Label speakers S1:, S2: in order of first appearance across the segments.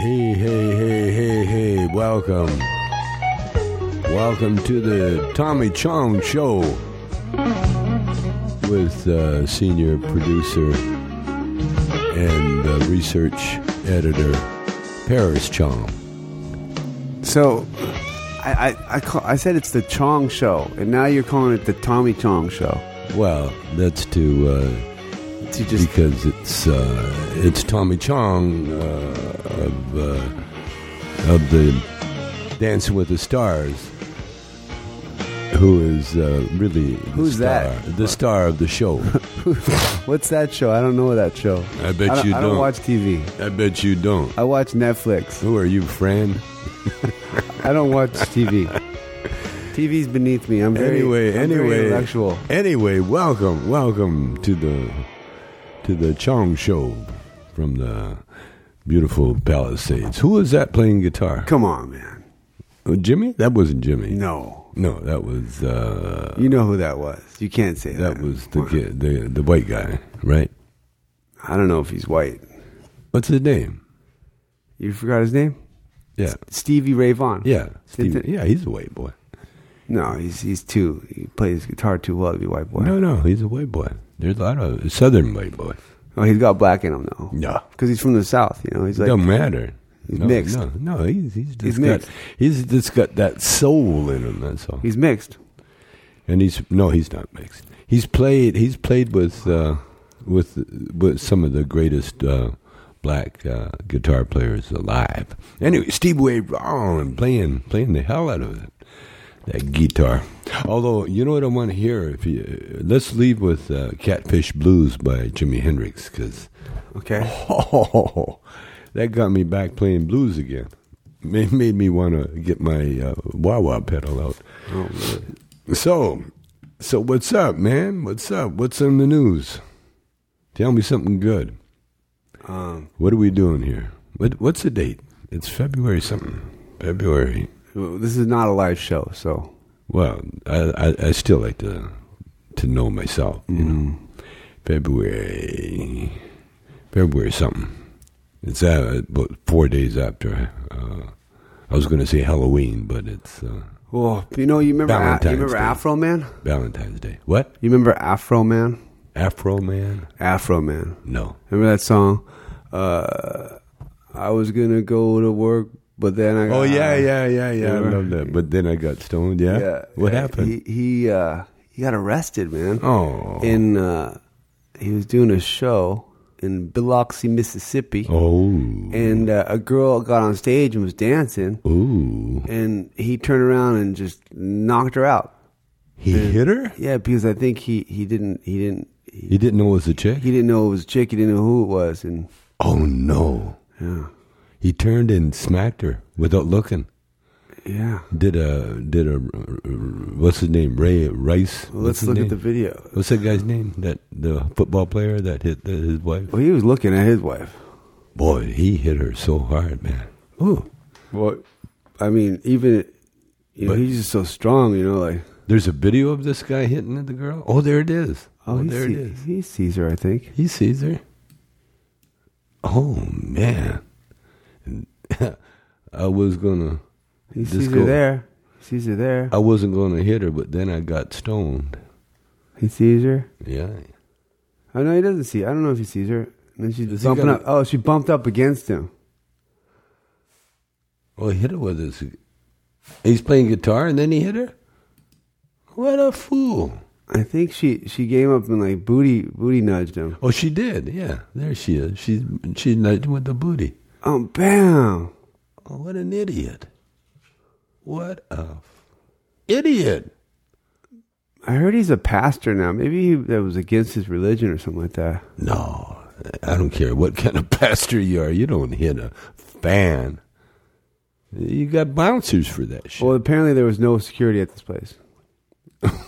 S1: Hey, hey, hey, hey, welcome. Welcome to the Tommy Chong Show with uh, senior producer and uh, research editor Paris Chong.
S2: So, I I I, call, I said it's the Chong Show, and now you're calling it the Tommy Chong Show.
S1: Well, that's to uh,
S2: To just
S1: because it's uh, it's Tommy Chong uh, of uh, of the Dancing with the Stars, who is uh, really the
S2: Who's
S1: star,
S2: that?
S1: The star of the show.
S2: what's that show? I don't know that show.
S1: I bet
S2: I don't,
S1: you
S2: I
S1: don't.
S2: watch TV.
S1: I bet you don't.
S2: I watch Netflix.
S1: Who are you, Fran?
S2: I don't watch TV. TV's beneath me. I'm very
S1: anyway,
S2: I'm very
S1: anyway,
S2: intellectual.
S1: Anyway, welcome, welcome to the to the Chong Show from the beautiful Palisades. Who was that playing guitar?
S2: Come on, man.
S1: Uh, Jimmy? That wasn't Jimmy.
S2: No,
S1: No, that was uh,
S2: you know who that was. You can't say that.
S1: that was the kid, the the white guy, right?
S2: I don't know if he's white.
S1: What's his name?
S2: You forgot his name?
S1: Yeah,
S2: Stevie Ray Vaughan.
S1: yeah,
S2: Did
S1: Steve,
S2: the-
S1: yeah. He's a white boy.
S2: No, he's he's too. He plays guitar too well to be white boy.
S1: No, no, he's a white boy. There's a lot of southern white boy.
S2: Oh, he's got black in him though.
S1: Yeah.
S2: because he's from the south. You know, he's like
S1: Don't matter.
S2: He's
S1: no,
S2: mixed.
S1: No, no, he's he's just
S2: He's
S1: got
S2: mixed.
S1: he's just got that soul in him. That's all.
S2: he's mixed.
S1: and he's no, he's not mixed. He's played he's played with uh, with with some of the greatest uh, black uh, guitar players alive. Anyway, Steve Ray Vaughan playing playing the hell out of it. That guitar. Although you know what I want to hear. If you let's leave with uh, "Catfish Blues" by Jimi Hendrix because
S2: Okay,
S1: Oh, that got me back playing blues again. Made, made me want to get my uh, wah wah pedal out. so, so what's up, man? What's up? What's on the news? Tell me something good.
S2: um,
S1: What are we doing here? What, what's the date? It's February something. February.
S2: this is not a live show, so
S1: Well, I, I, I still like to to know myself. You know, February, February something. It's uh, about four days after. Uh, I was going to say Halloween, but it's uh,
S2: well, Oh, you know, you remember
S1: Valentine's
S2: you remember
S1: Day.
S2: Afro Man?
S1: Valentine's Day. What?
S2: You remember Afro Man?
S1: Afro man?
S2: Afro Man.
S1: No.
S2: Remember that song? Uh, I was gonna go to work, but then I
S1: Oh yeah, yeah, yeah, yeah. I
S2: remember?
S1: love that. But then I got stoned. Yeah.
S2: yeah.
S1: what
S2: yeah,
S1: happened?
S2: He he uh, he got arrested, man.
S1: oh.
S2: in uh, he was doing a show in Biloxi, Mississippi,
S1: oh.
S2: and uh, a girl got on stage and was dancing,
S1: Ooh.
S2: and he turned around and just knocked her out.
S1: He hit her.
S2: Yeah, because I think he he didn't he didn't he,
S1: He didn't know it was a chick.
S2: he didn't know it was a chick. He didn't know who it was, and
S1: Oh no.
S2: yeah,
S1: He turned and smacked her without looking.
S2: yeah.
S1: Did a did a what's his name? Ray Rice.
S2: Well,
S1: What's
S2: let's
S1: his
S2: look at
S1: name?
S2: the video.
S1: What's that guy's name? That the football player that hit the, his wife.
S2: Well, he was looking at his wife.
S1: Boy, he hit her so hard, man. Ooh,
S2: Well, I mean, even you know,
S1: But-
S2: he's just so strong. You know, like
S1: there's a video of this guy hitting at the girl. Oh, there it is. Oh,
S2: he
S1: there it
S2: see-
S1: is.
S2: He sees her, I think.
S1: He sees her. Oh man, I was gonna.
S2: He
S1: This
S2: sees
S1: girl- Oh.
S2: her there. He sees her there.
S1: I wasn't gonna hit her, but then I got stoned.
S2: He sees her.
S1: Yeah.
S2: Oh no, he doesn't see. I don't know if he sees her. And then she's
S1: Does he
S2: bumping
S1: got
S2: up. Oh, she bumped up against him.
S1: Oh, he hit her with his. He's playing guitar and then he hit her. What a fool!
S2: I think she she gave up and like booty booty nudged him.
S1: Oh, she did. Yeah, there she is. She's she's nudged with the booty.
S2: Oh, bam!
S1: Oh, what an idiot! What a f- idiot!
S2: I heard he's a pastor now. Maybe he, that was against his religion or something like that.
S1: No, I don't care what kind of pastor you are. You don't hit a fan. You got bouncers for that shit.
S2: Well, apparently there was no security at this place.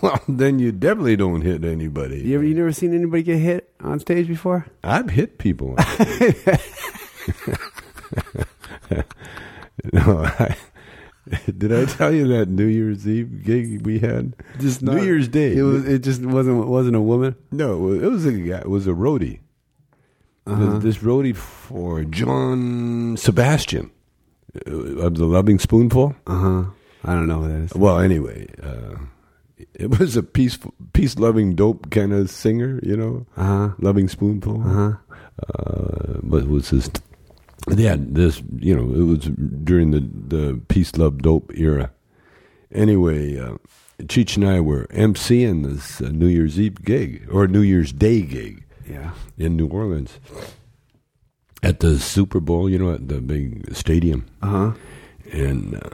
S1: Well, then you definitely don't hit anybody.
S2: You ever you never seen anybody get hit on stage before?
S1: I've hit people. no, I, did I tell you that New Year's Eve gig we had?
S2: Just
S1: New Year's Day.
S2: It was. It just wasn't wasn't a woman.
S1: no, it was a guy. It was a roadie.
S2: Uh-huh.
S1: It was This roadie for John Sebastian, uh, of the Loving Spoonful.
S2: Uh huh. I don't know what that is.
S1: Well, anyway, uh, it was a peaceful, peace loving, dope kind of singer, you know,
S2: Uh huh.
S1: Loving Spoonful.
S2: Uh huh.
S1: Uh, but it was this, they had this, you know, it was during the, the peace, love, dope era. Anyway, uh, Cheech and I were emceeing this uh, New Year's Eve gig or New Year's Day gig
S2: Yeah.
S1: in New Orleans at the Super Bowl, you know, at the big stadium
S2: Uh huh.
S1: and uh,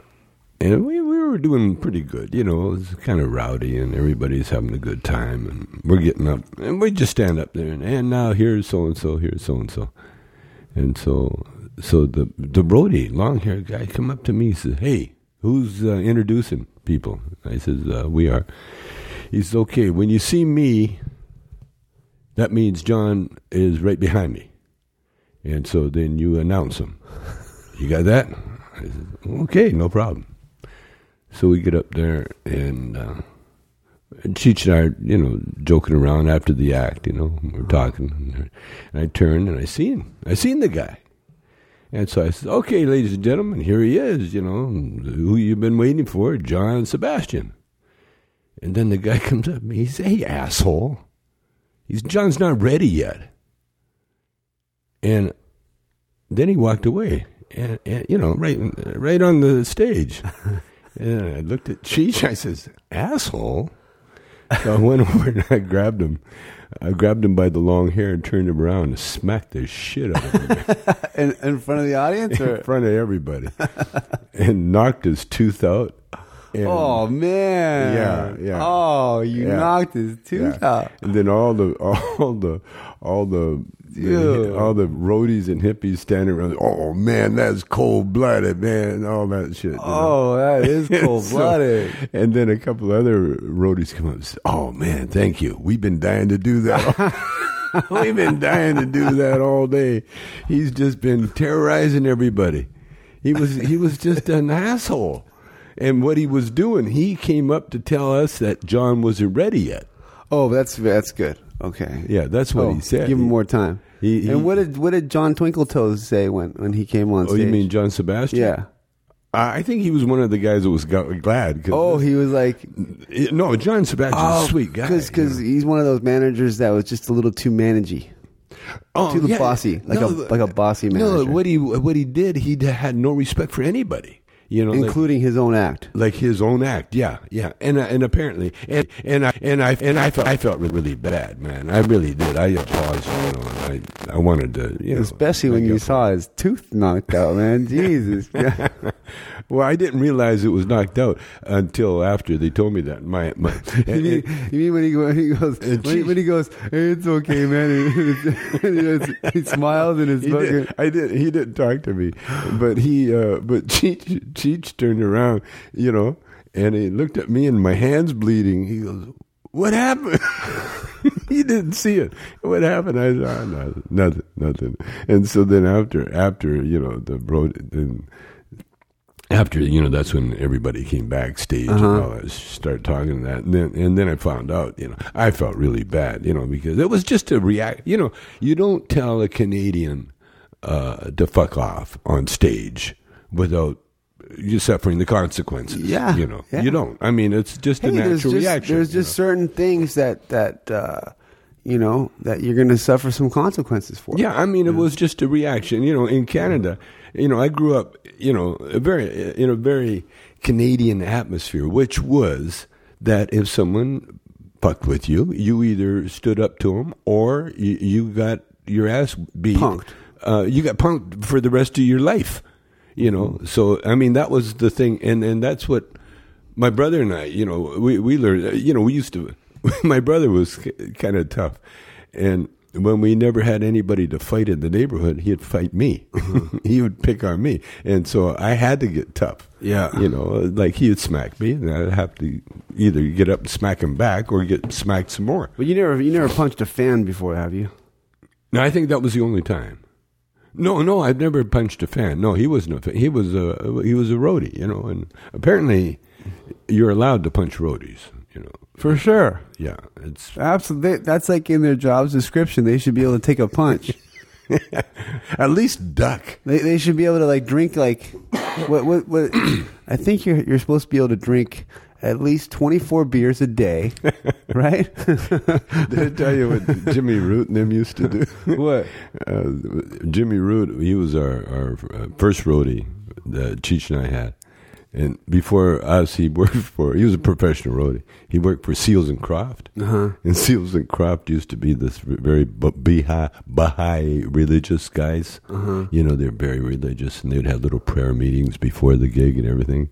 S1: and we we were doing pretty good. You know, it was kind of rowdy, and everybody's having a good time, and we're getting up, and we just stand up there, and, and now here's so and so, here's so and so, and so so the the roadie, long haired guy, come up to me, he says, "Hey, who's uh, introducing people?" I says, uh, "We are." He says, "Okay, when you see me, that means John is right behind me." And so then you announce him. You got that? I said, okay, no problem. So we get up there, and, uh, and Cheech and I are, you know, joking around after the act, you know, we're talking. And, I turn and I see him. I seen the guy. And so I said, okay, ladies and gentlemen, here he is, you know, who you've been waiting for, John Sebastian. And then the guy comes up to me, he says, hey, asshole. He's John's not ready yet. And then he walked away, and, and you know, right, right on the stage. and I looked at Cheech. I says, "Asshole!" So I went over and I grabbed him. I grabbed him by the long hair and turned him around and smacked the shit out of him
S2: In, in front of the audience,
S1: in
S2: or
S1: front of everybody, and knocked his tooth out. And,
S2: oh man,
S1: Yeah, yeah.
S2: Oh, you
S1: Yeah.
S2: knocked his tooth
S1: yeah.
S2: out.
S1: And then all the all the all the
S2: Dude.
S1: all the roadies and hippies standing around. Oh man, that's cold blooded, man. and All that shit. you know.
S2: Oh, that is cold blooded.
S1: So- and then a couple other roadies come up and say, Oh man, thank you. We've been dying to do that. We've been dying to do that all day. He's just been terrorizing everybody. He was he was just an asshole. And what he was doing, he came up to tell us that John wasn't ready yet.
S2: oh, that's that's good. Okay.
S1: Yeah, that's what
S2: Oh,
S1: he said.
S2: Give him more time.
S1: He- he-
S2: and what did what did John Twinkletoes say when when he came on
S1: Oh,
S2: stage?
S1: you mean John Sebastian?
S2: yeah.
S1: I I think he was one of the guys that was g- glad. 'cause-
S2: Oh, he was like,
S1: no, John Sebastian's
S2: oh,
S1: a sweet guy.
S2: because he's one of those managers that was just a little too managey.
S1: Oh,
S2: To the bossy, like a- like a bossy
S1: No,
S2: manager.
S1: what he what he did, he d- had no respect for anybody. You know, like,
S2: including his own act.
S1: like his own act. Yeah, yeah, and uh, and apparently, and and I and I and I felt I felt re- really bad, man. I really did. I uh, paused. You know, and I I wanted to, you know,
S2: Especially when
S1: make
S2: you
S1: up.
S2: saw his tooth knocked out, man. Jesus. Yeah.
S1: Well, I didn't realize it was knocked out until after they told me that. My my.
S2: You mean, you mean when he, go- when he goes, when he,
S1: geez.
S2: when he goes, "Hey, it's okay, man. And he, he smiles and his
S1: He
S2: fucking.
S1: did. I did. He didn't talk to me, but he. Uh, but Cheech, Cheech turned around, you know, and he looked at me, and my hands bleeding. He goes, "What happened?" he didn't see it. What happened? I said, "Oh, no, nothing, nothing. And so then after, after you know, the road then. After you know, that's when everybody came backstage
S2: Uh-huh.
S1: and all that, started talking and that, and then and then I found out. You know, I felt really bad. You know, because it was just a react. You know, you don't tell a Canadian uh, to fuck off on stage without you suffering the consequences.
S2: Yeah,
S1: you know,
S2: yeah.
S1: you don't. I mean, it's just a
S2: Hey,
S1: natural
S2: there's just,
S1: reaction.
S2: There's
S1: you
S2: just certain things that that uh, you know that you're going to suffer some consequences for.
S1: Yeah, I mean, it was just a reaction. You know, in Canada, you know, I grew up, you know, a very in a very Canadian atmosphere, which was that if someone fucked with you, you either stood up to them or you, you got your ass beat.
S2: Punked.
S1: Uh, you got punked for the rest of your life. You know, so I mean, that was the thing, and and that's what my brother and I, you know, we we learned, uh, you know, we used to. My brother was kind of tough, and when we never had anybody to fight in the neighborhood, he'd fight me. he would pick on me, and so I had to get tough.
S2: Yeah.
S1: you know, like he would smack me, and I'd have to either get up and smack him back or get smacked some more.
S2: But you never you never punched a fan before, have you?
S1: No, I think that was the only time. No, no, I've never punched a fan. No, he wasn't a fan. He was a he was a roadie, you know. And apparently, you're allowed to punch roadies, you know.
S2: For sure.
S1: Yeah, it's.
S2: Absolutely. That's like in their job's description. They should be able to take a punch.
S1: At least duck.
S2: they they should be able to like drink like What, what, what, I think you're you're supposed to be able to drink at least 24 beers a day, right?
S1: Did I tell you what Jimmy Root and them used to do?
S2: What?
S1: Uh, Jimmy Root, he was our, our uh, first roadie that Cheech and I had. And before us, he worked for, he was a professional roadie. He worked for Seals and Croft.
S2: Uh-huh.
S1: And Seals and Croft used to be this very B- Baha'i, Baha'i religious guys.
S2: Uh-huh.
S1: You know, they're very religious and they'd have little prayer meetings before the gig and everything.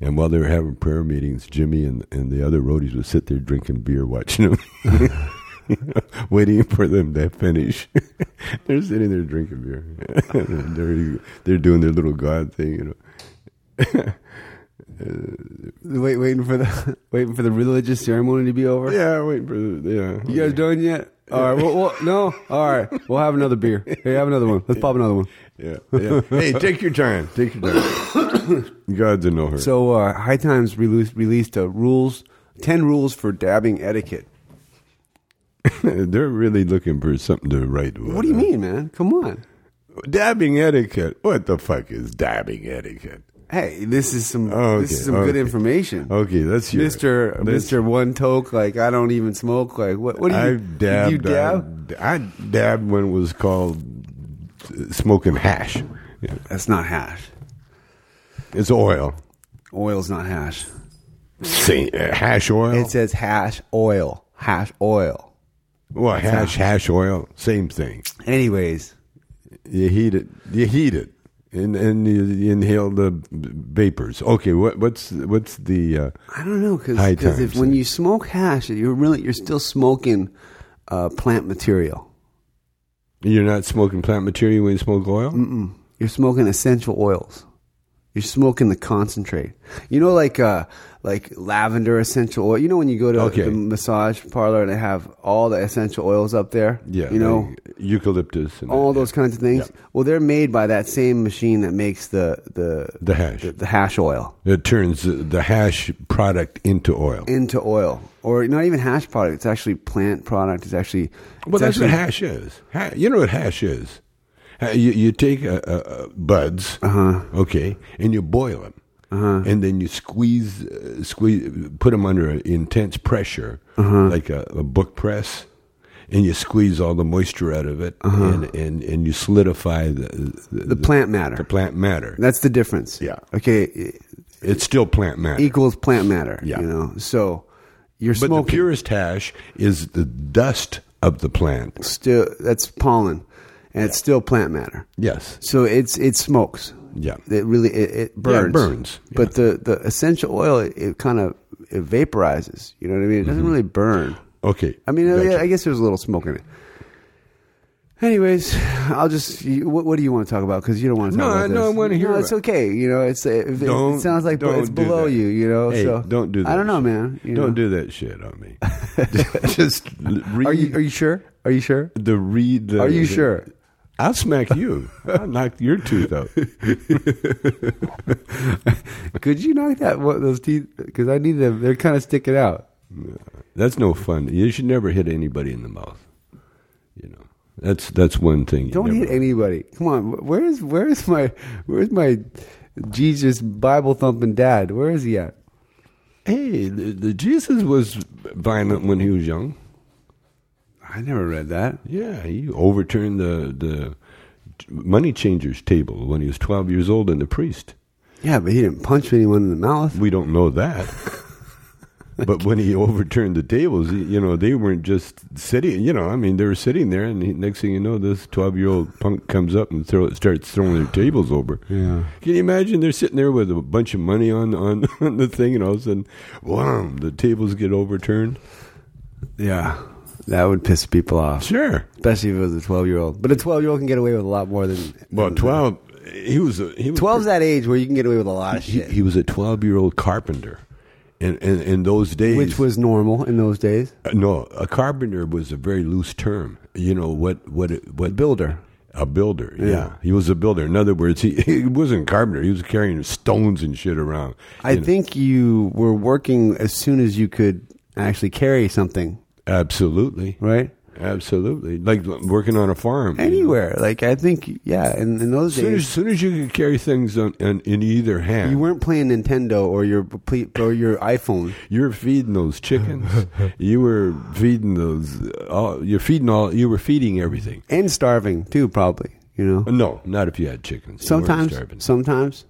S1: And while they were having prayer meetings, Jimmy and, and the other roadies would sit there drinking beer, watching them, waiting for them to finish. they're sitting there drinking beer. they're, they're doing their little God thing, you know.
S2: Wait, waiting for the waiting for the religious ceremony to be over.
S1: Yeah, waiting for the, yeah.
S2: You guys done yet? All right. Well, well, no. All right. We'll have another beer. Hey, have another one. Let's pop another one.
S1: Yeah. yeah. hey, take your time. Take your time. God's in no hurry.
S2: So, uh, High Times released, released uh, rules, ten rules for dabbing etiquette.
S1: They're really looking for something to write. With. uh,
S2: What do you mean, man? Come on.
S1: Dabbing etiquette. What the fuck is dabbing etiquette?
S2: Hey, this is some
S1: Okay,
S2: this is some good
S1: okay.
S2: information.
S1: Okay, that's your
S2: Mister Mister One Toke, like I don't even smoke. Like what? What do you?
S1: I dabbed. uh,
S2: You dab?
S1: I, I dabbed when it was called uh, smoking hash. Yeah.
S2: That's not hash.
S1: It's oil.
S2: Oil's not hash.
S1: See, uh, hash oil.
S2: It says hash oil. Hash oil.
S1: well, hash hash oil. Same thing.
S2: Anyways,
S1: You heat it. You heat it, and and you, you inhale the v- vapors. Okay, what what's what's the uh,
S2: I don't know because
S1: High
S2: if
S1: times,
S2: when
S1: yeah.
S2: you smoke hash, you're really you're still smoking uh, plant material.
S1: you're not smoking plant material when you smoke oil.
S2: You're smoking essential oils. You're smoking the concentrate. You know, like uh, like lavender essential oil. You know when you go to
S1: Okay.
S2: the massage parlor and they have all the essential oils up there.
S1: Yeah,
S2: you know
S1: like eucalyptus and
S2: all those kinds of things. Well, they're made by that same machine that makes the the
S1: the hash.
S2: the, the hash oil
S1: it turns the- the hash product into oil.
S2: into oil, or not even hash product. It's actually plant product. It's actually
S1: Well,
S2: it's
S1: that's
S2: actually,
S1: what hash is. Ha- you know what hash is? Ha- you, you take uh uh uh buds,
S2: Uh-huh.
S1: okay, and you boil them, and then you squeeze, uh, squeeze, put them under intense pressure,
S2: Uh-huh.
S1: like a, a book press, and you squeeze all the moisture out of it, and, and, and you solidify the, the,
S2: Uh-huh. the plant matter.
S1: the plant matter.
S2: That's the difference.
S1: Yeah.
S2: Okay. it
S1: It's still plant matter.
S2: equals plant matter.
S1: Yeah.
S2: You know. So you're
S1: but the
S2: smoking.
S1: purest hash is the dust of the plant.
S2: still, that's pollen, and it's still plant matter.
S1: Yes.
S2: So it's it smokes.
S1: Yeah.
S2: It really it, it burns.
S1: burns.
S2: But the the essential oil it, it kind of it vaporizes. You know what I mean? It
S1: Mm-hmm.
S2: doesn't really burn.
S1: Okay.
S2: I mean,
S1: Gotcha.
S2: yeah, I guess there's a little smoke in it. Anyways, I'll just. you- What, what do you want to talk about? Because you don't want to talk
S1: No,
S2: about this.
S1: no, I wanna hear
S2: No, it's
S1: about-
S2: okay. You know, it's if it,
S1: Don't-
S2: it sounds like
S1: don't
S2: it's
S1: do
S2: below
S1: that.
S2: you. You know,
S1: Hey,
S2: so
S1: don't do that.
S2: I don't know,
S1: shit.
S2: man. You
S1: don't
S2: know.
S1: do that shit on me. Just read.
S2: Are you Are you sure? Are you sure?
S1: the read? The,
S2: Are you sure?
S1: I'll smack you. I'll knock your tooth out.
S2: Could you knock that one, those teeth? Because I need them. They're kind of sticking out.
S1: That's no fun. You should never hit anybody in the mouth. You know, that's that's one thing. You
S2: Don't
S1: never,
S2: hit anybody. Come on. wh- Where is Where is my Where's my Jesus Bible thumping dad? Where is he at?
S1: Hey, the, the Jesus was violent when he was young.
S2: I never read that.
S1: Yeah, he overturned the the money changers table when he was twelve years old and a priest.
S2: Yeah, but he didn't punch anyone in the mouth.
S1: We don't know that. but when he overturned the tables, he- you know, they weren't just sitting, you know, I mean, they were sitting there, and he, next thing you know, this 12 year old punk comes up and throw, starts throwing their tables over.
S2: Yeah.
S1: Can you imagine? They're sitting there with a bunch of money on, on, on the thing, and all of a sudden, wham, the tables get overturned.
S2: Yeah, that would piss people off,
S1: Sure.
S2: especially if it was a twelve-year-old. But a twelve-year-old can get away with a lot more than
S1: Well,
S2: than-
S1: 12, he was, a, he was
S2: 12's that age where you can get away with a lot of
S1: he,
S2: shit,
S1: he was a 12 year old carpenter. And in, in those days,
S2: which was normal in those days.
S1: Uh, No, a carpenter was a very loose term. You know what? What? it- What?
S2: Builder.
S1: A builder. Yeah. he was a builder. In other words, he, he wasn't a carpenter. He was carrying stones and shit around.
S2: I think you were working as soon as you could actually carry something,
S1: Absolutely.
S2: right?
S1: Absolutely, like l- working on a farm. you know.
S2: anywhere. Like I think, yeah, in, in those
S1: As soon as,
S2: days,
S1: soon as you could carry things on, in, in either hand,
S2: you weren't playing Nintendo or your ple- or your iPhone.
S1: you were feeding those chickens. you were feeding those. uh, All, you're feeding all. You were feeding everything.
S2: and starving too, probably. You know,
S1: No, not if you had chickens. You weren't
S2: sometimes,
S1: starving.
S2: sometimes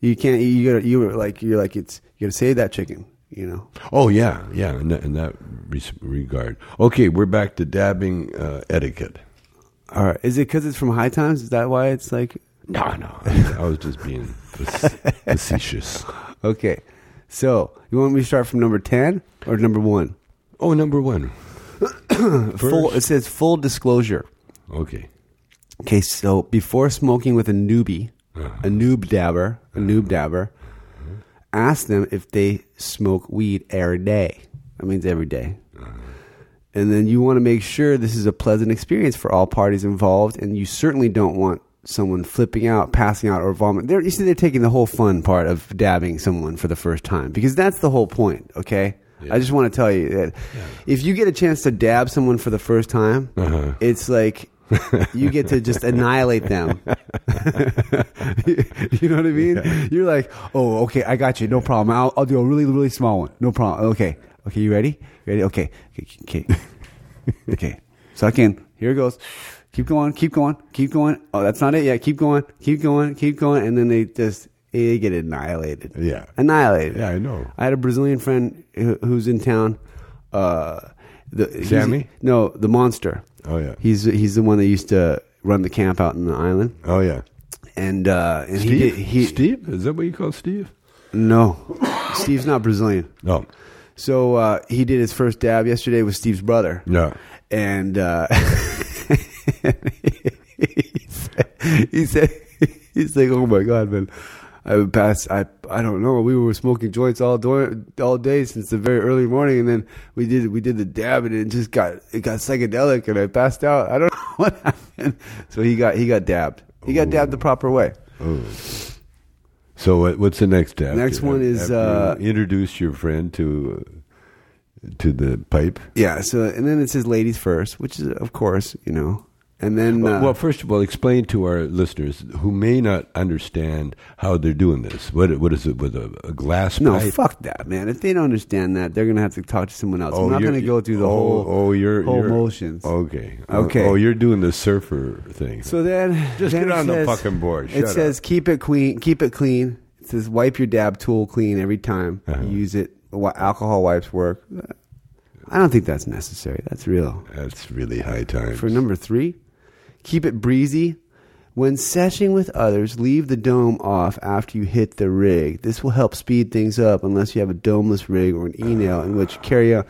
S2: you can't. You gotta, you were like, you're like, it's you gotta save that chicken. You know,
S1: Oh yeah, yeah. In that, in that res- regard, okay, we're back to dabbing uh, etiquette.
S2: all right. Is it because it's from High Times? Is that why it's like
S1: No, no. I, I was just being fac- facetious.
S2: okay? So you want me to start from number ten or number one?
S1: Oh, number one.
S2: Full. It says full disclosure.
S1: Okay.
S2: Okay, so before smoking with a newbie, a noob dabber, a noob dabber, ask them if they smoke weed every day. That means every day. And then you want to make sure this is a pleasant experience for all parties involved, and you certainly don't want someone flipping out, passing out, or vomiting. They're, you see, they're taking the whole fun part of dabbing someone for the first time because that's the whole point. Okay, I just want to tell you that if you get a chance to dab someone for the first time, it's like you get to just annihilate them. you know what I mean? You're like, oh, okay, I got you. No problem. I'll, I'll do a really, really small one. No problem. Okay. Okay, you ready? Ready? Okay. Okay. Okay. okay. Suck in. Here it goes. Keep going. Keep going. Keep going. Oh, that's not it yet. Keep going. Keep going. Keep going. And then they just eh, they get annihilated.
S1: Yeah.
S2: Annihilated.
S1: Yeah, I know.
S2: I had a Brazilian friend who- who's in town. Uh, the, he's-
S1: Sammy?
S2: No, the monster.
S1: Oh, yeah.
S2: He's he's the one that used to run the camp out in the island.
S1: Oh yeah.
S2: And uh, and he
S1: Steve.
S2: did, he
S1: Steve. Is that what you call Steve?
S2: no, Steve's not Brazilian.
S1: No.
S2: So uh, he did his first dab yesterday with Steve's brother.
S1: Yeah.
S2: and uh, he said, he said he's like, oh my god, man. I would pass. I I don't know. We were smoking joints all do- all day since the very early morning, and then we did we did the dab, and it just got it got psychedelic, and I passed out. I don't know what happened. So he got he got dabbed. He got dabbed the proper way.
S1: So what, what's the next step?
S2: Next one is, uh,
S1: After you introduce your friend to uh, to the pipe.
S2: Yeah. So and then it says ladies first, which is of course you know. And then uh,
S1: well, first of all, explain to our listeners who may not understand how they're doing this. What what is it with a, a glass
S2: No,
S1: pipe?
S2: fuck that, man. If they don't understand that, they're gonna have to talk to someone else. I'm not
S1: you're-
S2: gonna go through the
S1: oh,
S2: whole
S1: oh, you're,
S2: whole
S1: you're-
S2: motions.
S1: Okay,
S2: Okay.
S1: Oh, you're doing the surfer thing.
S2: So then,
S1: Just get
S2: then it
S1: on the
S2: says-
S1: fucking board. Shut
S2: it says keep it clean, keep it clean. It says wipe your dab tool clean every time
S1: Uh-huh.
S2: you use it. Wa- Alcohol wipes work. I don't think that's necessary. That's real.
S1: that's really high time.
S2: For number three, keep it breezy. When seshing with others, leave the dome off after you hit the rig. This will help speed things up unless you have a domeless rig or an e-nail in which carry a.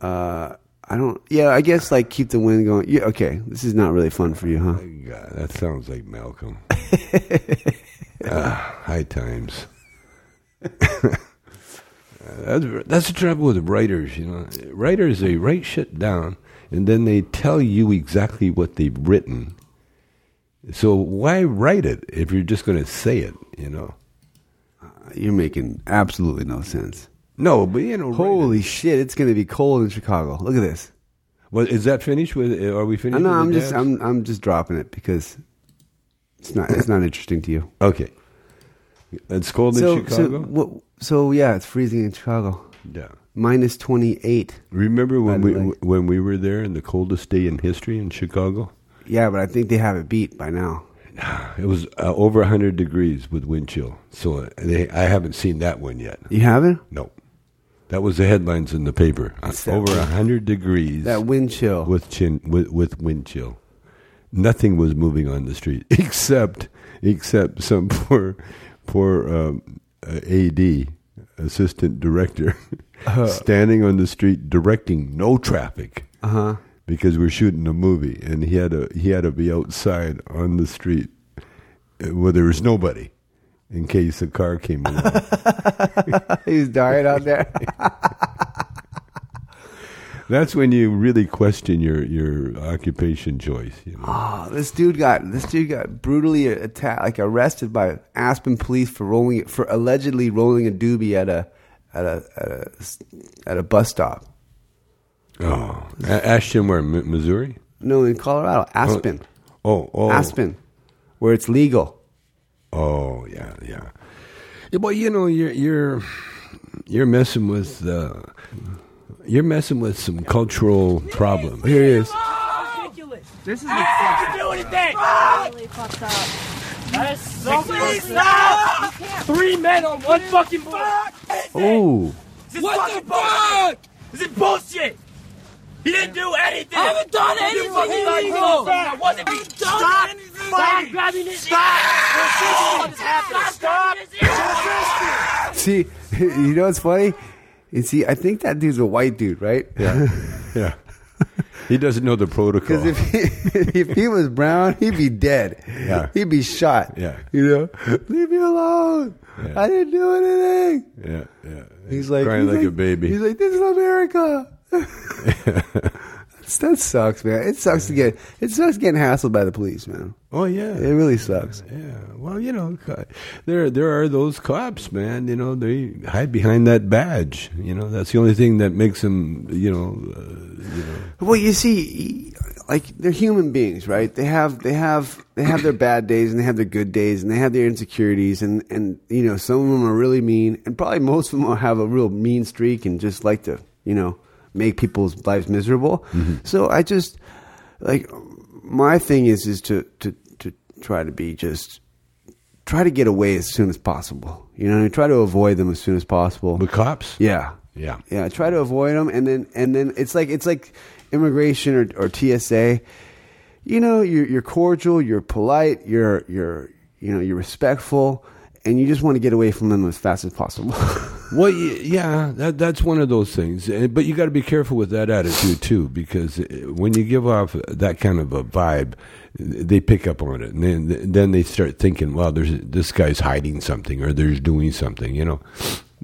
S2: Uh, I don't. Yeah, I guess like keep the wind going. Yeah, okay. This is not really fun for you, huh?
S1: God, that sounds like Malcolm. Ah, high times. that's, that's the trouble with writers, you know. Writers, they write shit down and then they tell you exactly what they've written. So why write it if you're just going to say it, you know?
S2: You're making absolutely no sense.
S1: No, but you know, write it.
S2: Holy shit! It's gonna be cold in Chicago. Look at this.
S1: Well, is that finished with? Are we
S2: I
S1: finished?
S2: know.
S1: with
S2: I'm
S1: the
S2: just.
S1: dabs?
S2: I'm. I'm just dropping it because it's not. It's not interesting to you.
S1: okay. It's cold in Chicago.
S2: So, what, so yeah, it's freezing in Chicago.
S1: yeah.
S2: Minus twenty eight.
S1: Remember when
S2: By
S1: we
S2: the way.
S1: when we were there in the coldest day in history in Chicago?
S2: Yeah, but I think they have it beat by now.
S1: It was uh, over 100 degrees with wind chill. So uh, they, I haven't seen that one yet.
S2: You have it?
S1: No. That was the headlines in the paper. Uh,
S2: that
S1: Over
S2: wind-
S1: 100 degrees
S2: That wind chill.
S1: with chin with, with wind chill. Nothing was moving on the street except except some poor poor um, uh, AD assistant director standing on the street directing no traffic.
S2: Uh huh.
S1: because we're shooting a movie and he had to he had to be outside on the street uh, where there was nobody in case a car came along.
S2: He's dying out there.
S1: That's when you really question your your occupation choice. You know?
S2: oh, this dude got this dude got brutally attacked, like arrested by Aspen police for rolling for allegedly rolling a doobie at a at a at a, at a bus stop.
S1: Oh, A- Ashton, where Mi- Missouri?
S2: No, in Colorado, Aspen,
S1: Oh, oh,
S2: Aspen, where it's legal.
S1: Oh, yeah, yeah. Yeah, Well, you know, you're you're you're messing with uh, you're messing with some cultural problems. Here he is.
S3: ridiculous.
S4: This is
S3: Don't do anything.
S5: really fucked up.
S3: That's Ah! so Please stop. Three men on one fucking board.
S2: Oh,
S3: This what fucking the fuck? This is bullshit. He didn't do anything. I haven't done anything illegal. I wasn't being Stop Stop grabbing his Stop. Stop. Stop.
S2: see, you know what's funny? You see, I think that dude's a white dude, right?
S1: Yeah, yeah. He doesn't know the protocol.
S2: Because if he, if he was brown, he'd be dead.
S1: Yeah.
S2: He'd be shot.
S1: Yeah.
S2: You know, leave me alone.
S1: Yeah.
S2: I didn't do anything.
S1: yeah, yeah.
S2: He's like
S1: crying
S2: he's
S1: like, a baby.
S2: He's like, this is America. That's- that sucks, man. It sucks to get it sucks getting hassled by the police, man.
S1: oh yeah,
S2: It really sucks.
S1: yeah. Well, you know, co- there there are those cops, man. You know, they hide behind that badge. You know, that's the only thing that makes them. You know, uh, you know.
S2: Well, you see, like they're human beings, right? They have they have they have their bad days and they have their good days and they have their insecurities and and you know some of them are really mean and probably most of them will have a real mean streak and just like to you know make people's lives miserable. So I just like my thing is is to to to try to be just try to get away as soon as possible. You know, try to avoid them as soon as possible.
S1: the cops.
S2: Yeah.
S1: Yeah.
S2: Yeah. Try to avoid them, and then and then it's like it's like immigration or, or TSA. You know, you're, you're cordial, you're polite, you're you're you know you're respectful, and you just want to get away from them as fast as possible.
S1: Well, y- yeah, that, that's one of those things. Eh, But you got to be careful with that attitude too, because eh, when you give off that kind of a vibe, they pick up on it, and then then they start thinking, "Well, there's this guy's hiding something, or there's doing something." You know,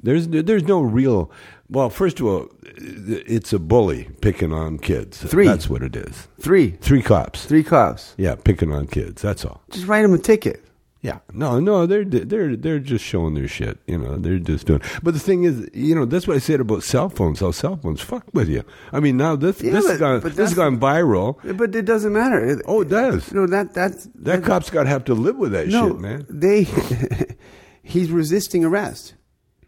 S1: there's there's no real. Well, first of all, eh, it's a bully picking on kids.
S2: Three.
S1: That's what it is.
S2: three,
S1: Three cops.
S2: three cops.
S1: Yeah, picking on kids. That's all.
S2: Just write them a ticket.
S1: Yeah, no, no, they're they're they're just showing their shit, you know. They're just doing. But the thing is, you know, that's what I said about cell phones. How cell phones fuck with you. I mean, now this
S2: Yeah,
S1: this
S2: but-
S1: has gone
S2: but
S1: this has gone
S2: that's-
S1: viral.
S2: But it doesn't matter. It-
S1: Oh, it does.
S2: No, that that's
S1: That cop's got to have to live with that
S2: no,
S1: shit, man.
S2: They he's resisting arrest.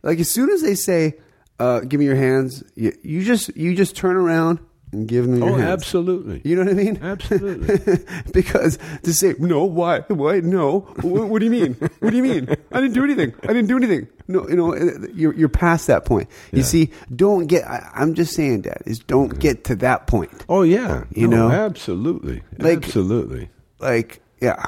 S2: Like as soon as they say, uh, "Give me your hands," you, you just you just turn around and give them your
S1: Oh,
S2: hands.
S1: absolutely,
S2: You know what I mean?
S1: absolutely.
S2: because to say no, why, why, no? What, what do you mean? What do you mean? I didn't do anything. I didn't do anything. No, you know, uh, you're you're past that point.
S1: Yeah.
S2: You see, don't get. I, I'm just saying, Dad, is don't get to that point.
S1: Oh yeah,
S2: You
S1: No,
S2: know?
S1: absolutely,
S2: Like-
S1: absolutely.
S2: Like, yeah,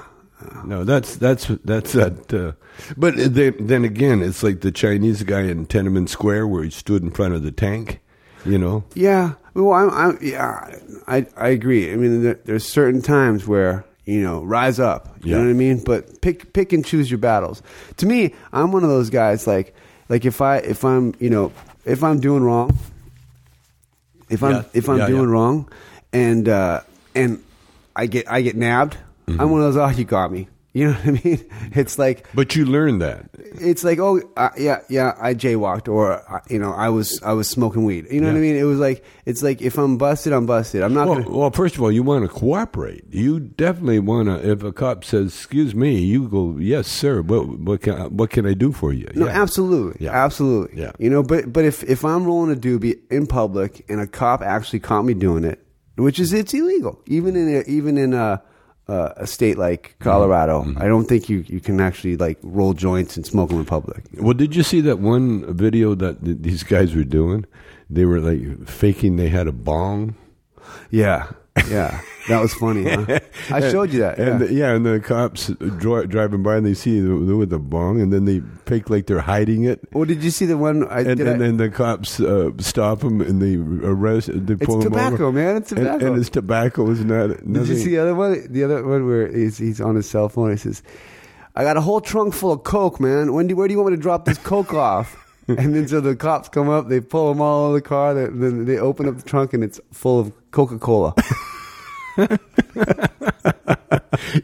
S1: No, that's that's that's that. Uh, but they, then again, it's like the Chinese guy in Tiananmen Square where he stood in front of the tank. You know,
S2: yeah. Well, I'm, I'm yeah. I I agree. I mean, there, there's certain times where you know rise up. You
S1: Yeah.
S2: know what I mean? But pick pick and choose your battles. To me, I'm one of those guys. Like like if I if I'm you know if I'm doing wrong. if I'm
S1: Yeah.
S2: if I'm
S1: Yeah,
S2: doing
S1: yeah.
S2: wrong, and uh, and I get I get nabbed,
S1: Mm-hmm.
S2: I'm one of those. Oh, you got me. You know what I mean? It's like
S1: but you learn that.
S2: it's like oh uh, yeah yeah I jaywalked or uh, you know I was I was smoking weed. You know what I
S1: Yeah.
S2: mean? It was like it's like if I'm busted, I'm busted. I'm not
S1: Well,
S2: gonna.
S1: well, first of all, you want to cooperate. You definitely want to. If a cop says, "Excuse me," you go, "Yes, sir. What what can what can I do for you?"
S2: No,
S1: Yeah.
S2: absolutely,
S1: Yeah.
S2: absolutely.
S1: Yeah.
S2: you know, but but if if I'm rolling a doobie in public and a cop actually caught me doing it, which is it's illegal, even in a, even in a uh, a state like
S1: Mm-hmm.
S2: Colorado, I don't think you you can actually like roll joints and smoke them in public.
S1: Well, did you see that one video that th- these guys were doing? They were like faking they had a bong.
S2: Yeah, yeah, that was funny. Huh? I showed you that.
S1: And
S2: yeah.
S1: the- yeah, and the cops dri driving by and they see them with a bong, and then they fake like they're hiding it.
S2: well, did you see the one? I,
S1: And,
S2: did
S1: and
S2: I-
S1: then the cops uh, stop him and they arrest. They pull him
S2: tobacco,
S1: over.
S2: man, it's
S1: And- And,
S2: tobacco.
S1: his tobacco is not.
S2: Did you
S1: nothing-
S2: see the other one? The other one where he's, he's on his cell phone. He says, "I got a whole trunk full of coke, man. When do, where do you want me to drop this coke off?" And then so the cops come up, they pull them all over the car. They, then they open up the trunk and it's full of Coca Cola.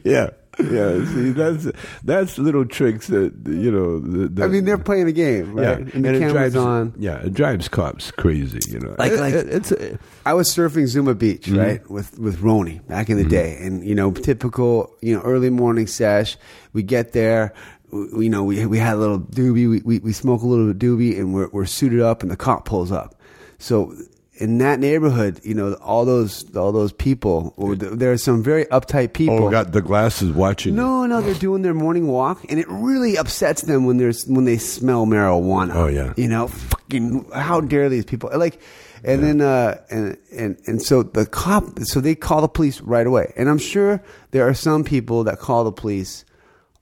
S1: Yeah. yeah, see, that's that's little tricks that you know. The, the-
S2: I mean, they're playing a game,
S1: yeah,
S2: right? And the camera's
S1: drives
S2: on.
S1: Yeah, it drives cops crazy. You know,
S2: Like-
S1: It-
S2: like-
S1: it- it's a-
S2: I was surfing Zuma Beach, right, with with Roni back in the day, and you know, typical, you know, early morning sesh. We get there, we, we- you know, we we had a little doobie, we we, we smoke a little doobie, and we're we're suited up, and the cop pulls up. So in that neighborhood, you know, all those all those people, well, th- there are some very uptight people.
S1: oh, got the glasses watching. you.
S2: No, no, they're doing their morning walk, and it really upsets them when there's when they smell marijuana.
S1: Oh, yeah.
S2: you know, fucking how dare these people? Like, and then uh, and and and so the cop, so they call the police right away, and I'm sure there are some people that call the police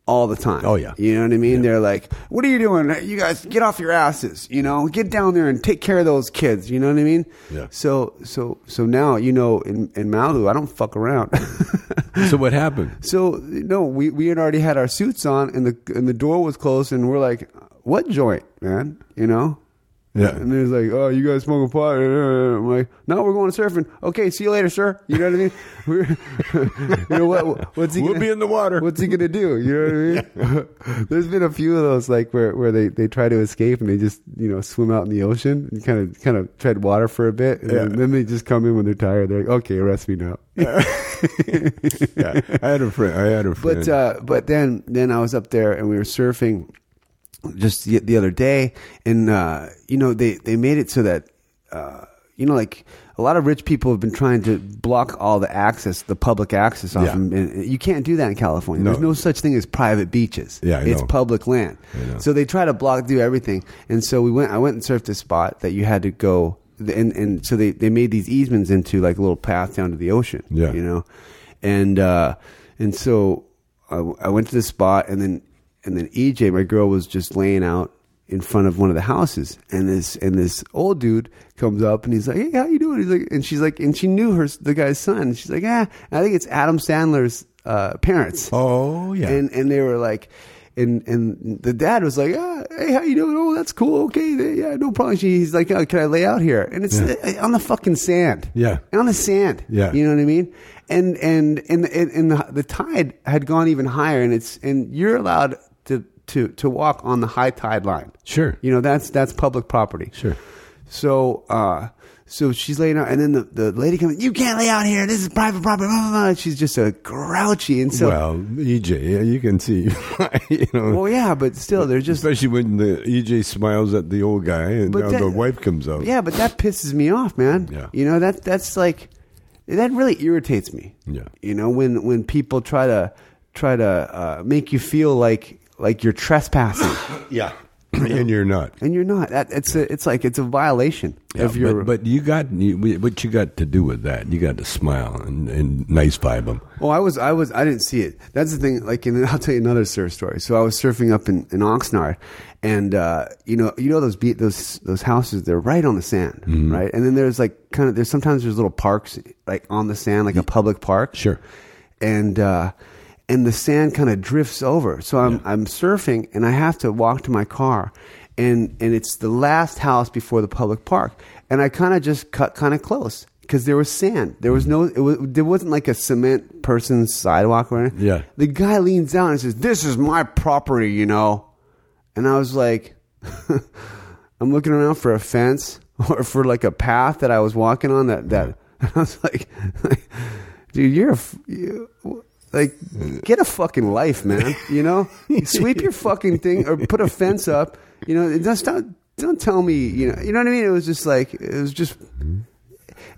S2: all the time.
S1: Oh, yeah.
S2: you know what I mean? They're like, "What are you doing? You guys get off your asses! You know, get down there and take care of those kids." You know what I mean?
S1: Yeah.
S2: So so so now you know in in Malibu, I don't fuck around.
S1: So what happened?
S2: So no, we, we had already had our suits on, and the and the door was closed, and we're like, "What joint, man? You know?"
S1: Yeah.
S2: And there's like, "Oh, you guys smoking pot?" I'm like, "No, we're going surfing." Okay, see you later, sir. You know what I mean? We're, you know what? What's he?
S1: We'll
S2: gonna,
S1: be in the water.
S2: What's he gonna do? You know what I mean? there's been a few of those like where, where they, they try to escape and they just you know swim out in the ocean and kind of kind of tread water for a bit, and
S1: Yeah.
S2: then, then they just come in when they're tired. They're like, "Okay, arrest me now."
S1: yeah, I had a friend. I had a friend.
S2: But uh, but then then I was up there and we were surfing just the, the other day, and uh, you know they they made it so that uh, you know like a lot of rich people have been trying to block all the access, the public access off,
S1: Yeah.
S2: them, and you can't do that in California.
S1: No.
S2: There's no such thing as private beaches.
S1: Yeah, I
S2: it's
S1: know.
S2: public land.
S1: I know.
S2: So they try to block do everything, and so we went. I went and surfed this spot that you had to go. And, and so they, they made these easements into like a little path down to the ocean
S1: Yeah.
S2: you know, and uh, and so I, I went to this spot, and then and then EJ, my girl, was just laying out in front of one of the houses, and this and this old dude comes up, and he's like, "Hey, how you doing?" He's like, and she's like, and she knew her the guy's son. And she's like, "Ah, I think it's Adam Sandler's uh, parents."
S1: oh yeah.
S2: and and they were like. And and the dad was like, ah, "Hey, how you doing? Oh, that's cool. Okay, yeah, no problem." She, he's like, oh, "Can I lay out here?" And it's uh, on the fucking sand.
S1: Yeah.
S2: on the sand.
S1: Yeah.
S2: you know what I mean. And and and and, and the, the tide had gone even higher, and it's and you're allowed to to to walk on the high tide line.
S1: Sure.
S2: you know that's that's public property.
S1: Sure.
S2: So uh, so she's laying out, and then the, the lady comes. You can't lay out here. This is private property. Blah, blah, blah. And She's just a grouchy, and so
S1: well, EJ, yeah, you can see, you know,
S2: well, yeah, but still, they're just
S1: especially when the EJ smiles at the old guy and
S2: But
S1: now
S2: that-
S1: the wife comes out.
S2: Yeah, but that pisses me off, man.
S1: Yeah.
S2: You know, that that's like that really irritates me.
S1: Yeah.
S2: You know, when when people try to try to uh, make you feel like like you're trespassing
S1: yeah, and you're not.
S2: and you're not. That it's a, it's like it's a violation of
S1: Yeah,
S2: your
S1: but, but you got you, what you got to do with that. You got to smile and, and nice vibe them.
S2: Oh, I was, I was, I didn't see it. That's the thing. Like, and I'll tell you another surf story. So I was surfing up in, in Oxnard, and uh, you know, you know those be- those those houses. They're right on the sand, right? And then there's like kind of there's sometimes there's little parks like on the sand, like a public park.
S1: Sure.
S2: And uh, and the sand kind of drifts over. So I'm I'm surfing, and I have to walk to my car, and and it's the last house before the public park, and I kind of just cut kind of close because there was sand. There was no, it was, there wasn't like a cement person's sidewalk or anything.
S1: Yeah.
S2: The guy leans down and says, "This is my property," you know, and I was like, I'm looking around for a fence or for like a path that I was walking on that that and I was like, dude, you're a f- you, like get a fucking life, man. You know, sweep your fucking thing or put a fence up. You know, and just don't don't tell me. You know, you know what I mean. It was just like it was just.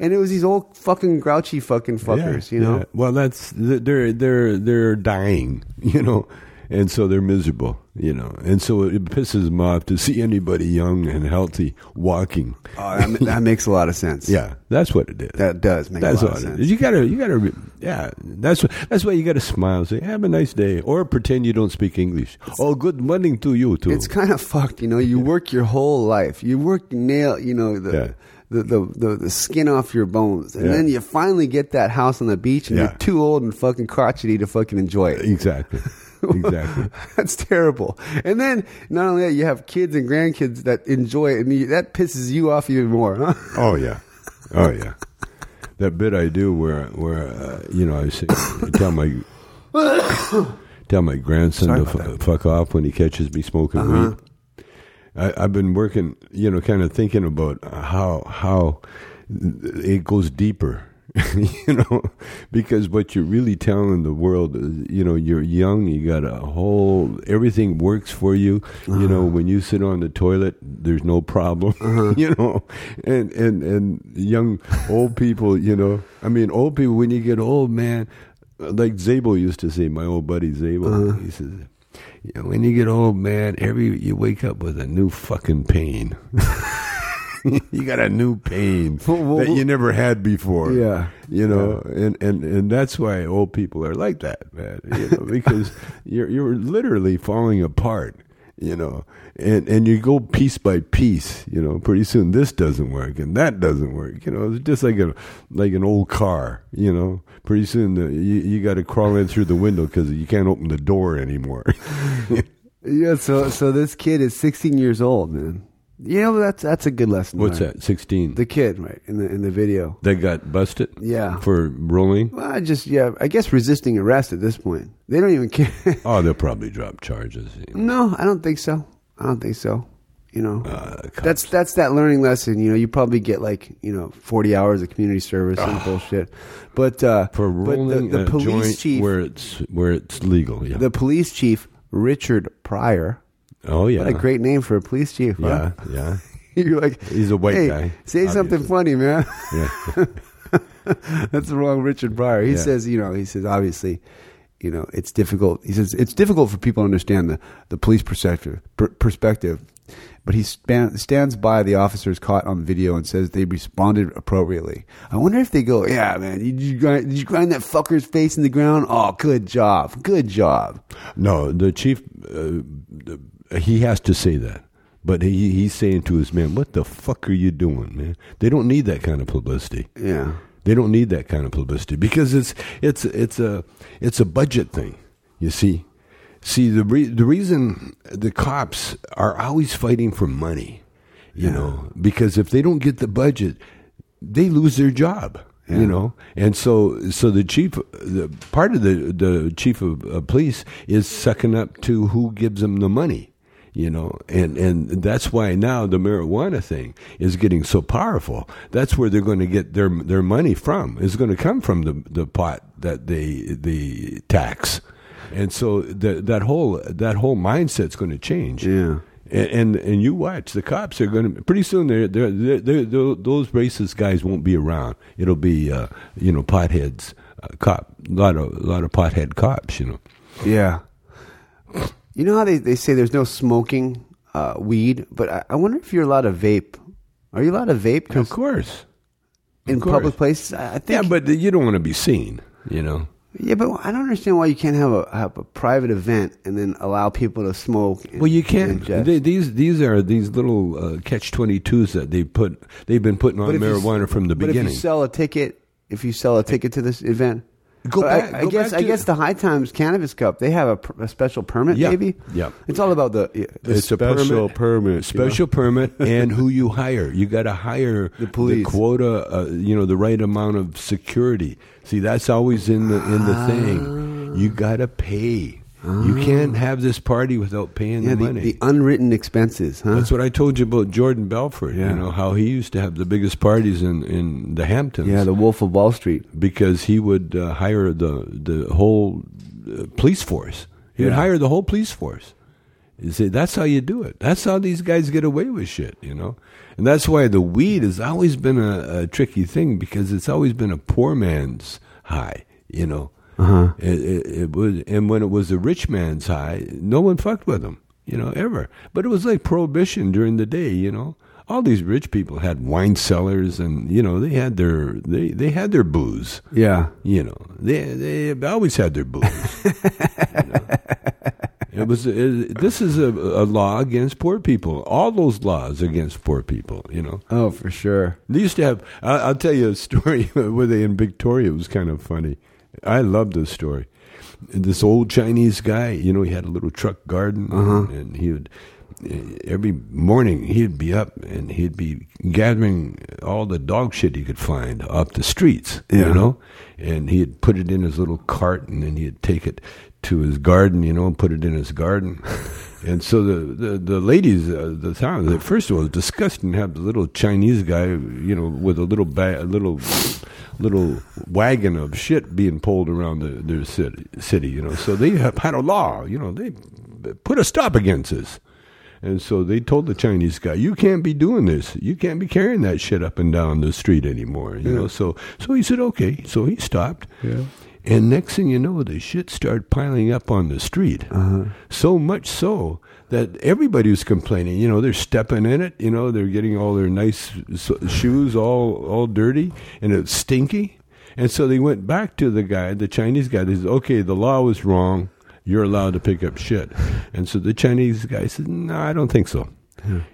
S2: And it was these old fucking grouchy fucking fuckers, you know.
S1: yeah. Well, that's they're they're they're dying, you know, and so they're miserable, you know, and so it pisses them off to see anybody young and healthy walking.
S2: Oh, that, that makes a lot of sense.
S1: Yeah, that's what it is.
S2: that does make
S1: that's
S2: a lot
S1: what
S2: of
S1: it
S2: sense.
S1: is. You gotta, you gotta, re- yeah. That's wh- that's why you gotta smile, say have a nice day, or pretend you don't speak English. oh, good morning to you too.
S2: It's kind of fucked, you know. You work your whole life. You work nail, you know, the
S1: Yeah.
S2: the, the, the the skin off your bones, and
S1: Yeah.
S2: then you finally get that house on the beach, and
S1: Yeah.
S2: you're too old and fucking crotchety to fucking enjoy it.
S1: exactly, exactly.
S2: That's terrible. And then not only that, you have kids and grandkids that enjoy it, and you, that pisses you off even more. Huh?
S1: Oh yeah, oh yeah. That bit I do where where uh, you know I, say, I tell my Tell my grandson
S2: Sorry
S1: to
S2: about Uh-huh.
S1: f- fuck off when he catches me smoking weed. I, I've been working, you know, kind of thinking about how how it goes deeper, you know, because what you're really telling the world, is, you know, you're young, you got a whole everything works for you, you know. When you sit on the toilet, there's no problem, you know, and and and young old people, you know, I mean, old people when you get old, man, like Zabel used to say, my old buddy Zabel, he says. Yeah, when you get old, man, every you wake up with a new fucking pain. you got a new pain that you never had before.
S2: Yeah.
S1: you know, and, and and that's why old people are like that, man. You know, because you're you're literally falling apart. You know, and and you go piece by piece. You know, pretty soon this doesn't work and that doesn't work. You know, it's just like a like an old car. You know, pretty soon the, you you got to crawl in through the window because you can't open the door anymore.
S2: Yeah, so so this kid is 16 years old, man. You know that's that's a good lesson.
S1: What's
S2: learned.
S1: that? Sixteen.
S2: The kid, right in the in the video.
S1: That got busted?
S2: Yeah.
S1: For rolling?
S2: Well, I just yeah, I guess resisting arrest at this point. They don't even care.
S1: Oh, they'll probably drop charges.
S2: no, I don't think so. I don't think so. You know,
S1: Uh, cops.
S2: that's that's that learning lesson. You know, you probably get like you know 40 hours of community service and bullshit. But uh,
S1: Ah. For rolling
S2: but the, the
S1: a
S2: police
S1: joint
S2: chief,
S1: where it's where it's legal. Yeah.
S2: the police chief Richard Pryor.
S1: oh yeah.
S2: What a great name for a police chief.
S1: Yeah,
S2: huh?
S1: yeah.
S2: You're like
S1: He's a white
S2: "Hey,
S1: guy,
S2: Say something
S1: obviously."
S2: funny, man.
S1: Yeah.
S2: That's the wrong Richard Pryor. He
S1: Yeah.
S2: says, you know, he says obviously, you know, it's difficult. He says it's difficult for people to understand the the police perspective. Per, perspective. But he span, stands by the officers caught on video and says they responded appropriately. I wonder if they go, yeah, man, did you, grind, did you grind that fucker's face in the ground? Oh, good job, good job.
S1: no, the chief uh, he has to say that. But he he's saying to his men, "What the fuck are you doing, man? They don't need that kind of publicity."
S2: Yeah,
S1: They don't need that kind of publicity because it's it's it's a it's a budget thing. You see, see the re- the reason the cops are always fighting for money, you know, because if they don't get the budget, they lose their job. You know, and so so the chief, the part of the the chief of uh, police is sucking up to who gives them the money you know and and that's why now the marijuana thing is getting so powerful that's where they're going to get their their money from is going to come from the the pot that they they tax and so the, that whole that whole mindset's going to change
S2: Yeah.
S1: and, and and you watch the cops are going to pretty soon they're, they're, they're, they're, tho- those racist guys won't be around it'll be uh, you know potheads uh, cop lot of lot of pothead cops you know
S2: yeah. You know how they, they say there's no smoking uh, weed, but I, I wonder if you're allowed to vape. Are you allowed to vape? 'Cause-
S1: of course
S2: in
S1: Of course.
S2: public places. I I
S1: yeah
S2: think.
S1: but you don't want to be seen you know
S2: Yeah, but I don't understand why you can't have a have a private event and then allow people to smoke. And,
S1: Well, you can't.
S2: and ingest.
S1: They, these these are these little uh, catch twenty twos that they put. They've been putting on
S2: But if you s-
S1: marijuana from the
S2: But if
S1: beginning.
S2: you sell a ticket, if you sell a ticket to this event,
S1: Go
S2: But I-
S1: back-
S2: I,
S1: go
S2: guess
S1: back
S2: I
S1: to-
S2: guess the High Times Cannabis Cup they have a, per- a special permit.
S1: Yeah,
S2: Maybe.
S1: yeah.
S2: It's all about the, the
S1: It's a
S2: special
S1: permit. special permit, and who you hire. You got to hire the
S2: police.
S1: quota. Uh, you know the right amount of security. See, that's always in the in the thing. You got to pay. You can't have this party without paying
S2: Yeah,
S1: Ah. the
S2: the,
S1: money.
S2: the unwritten expenses, huh?
S1: that's what I told you about Jordan Belfort.
S2: Yeah.
S1: You know how he used to have the biggest parties in, in the Hamptons.
S2: yeah, the Wolf of Wall Street.
S1: because he would uh, hire the the whole uh, police force. He would
S2: Yeah.
S1: hire the whole police force. You see, that's how you do it. That's how these guys get away with shit, you know. And that's why the weed has always been a, a tricky thing because it's always been a poor man's high, you know. Uh-huh. It, it, it was, and when it was a rich man's high, no one fucked with him, you know, ever. But it was like prohibition during the day, you know. All these rich people had wine cellars, and you know they had their they, they had their booze.
S2: Yeah.
S1: You know, they they always had their booze. you know. It was it, this is a, a law against poor people. All those laws against poor people. You know,
S2: Oh, for sure.
S1: they used to have. I, I'll tell you a story where they in Victoria. It was kind of funny. I love this story. This old Chinese guy, you know, he had a little truck garden, and he would every morning he'd be up and he'd be gathering all the dog shit he could find off the streets,
S2: Yeah.
S1: you know, and he'd put it in his little cart and then he'd take it to his garden, you know, and put it in his garden. And so the, the, the ladies, uh, the town, the first one was disgusted and have the little Chinese guy, you know, with a little ba- a little little wagon of shit being pulled around the, their city, city, you know. So they have had a law, you know, they put a stop against this. And so they told the Chinese guy, "You can't be doing this. You can't be carrying that shit up and down the street anymore." You know. So so he said, "Okay." So he stopped. Yeah. And next thing you know, the shit started piling up on the street. So much so that everybody was complaining. You know, they're stepping in it. You know, they're getting all their nice s- shoes all all dirty and it's stinky. And so they went back to the guy, the Chinese guy. They said, "Okay, the law was wrong. You're allowed to pick up shit." And so the Chinese guy said, "No, I don't think so.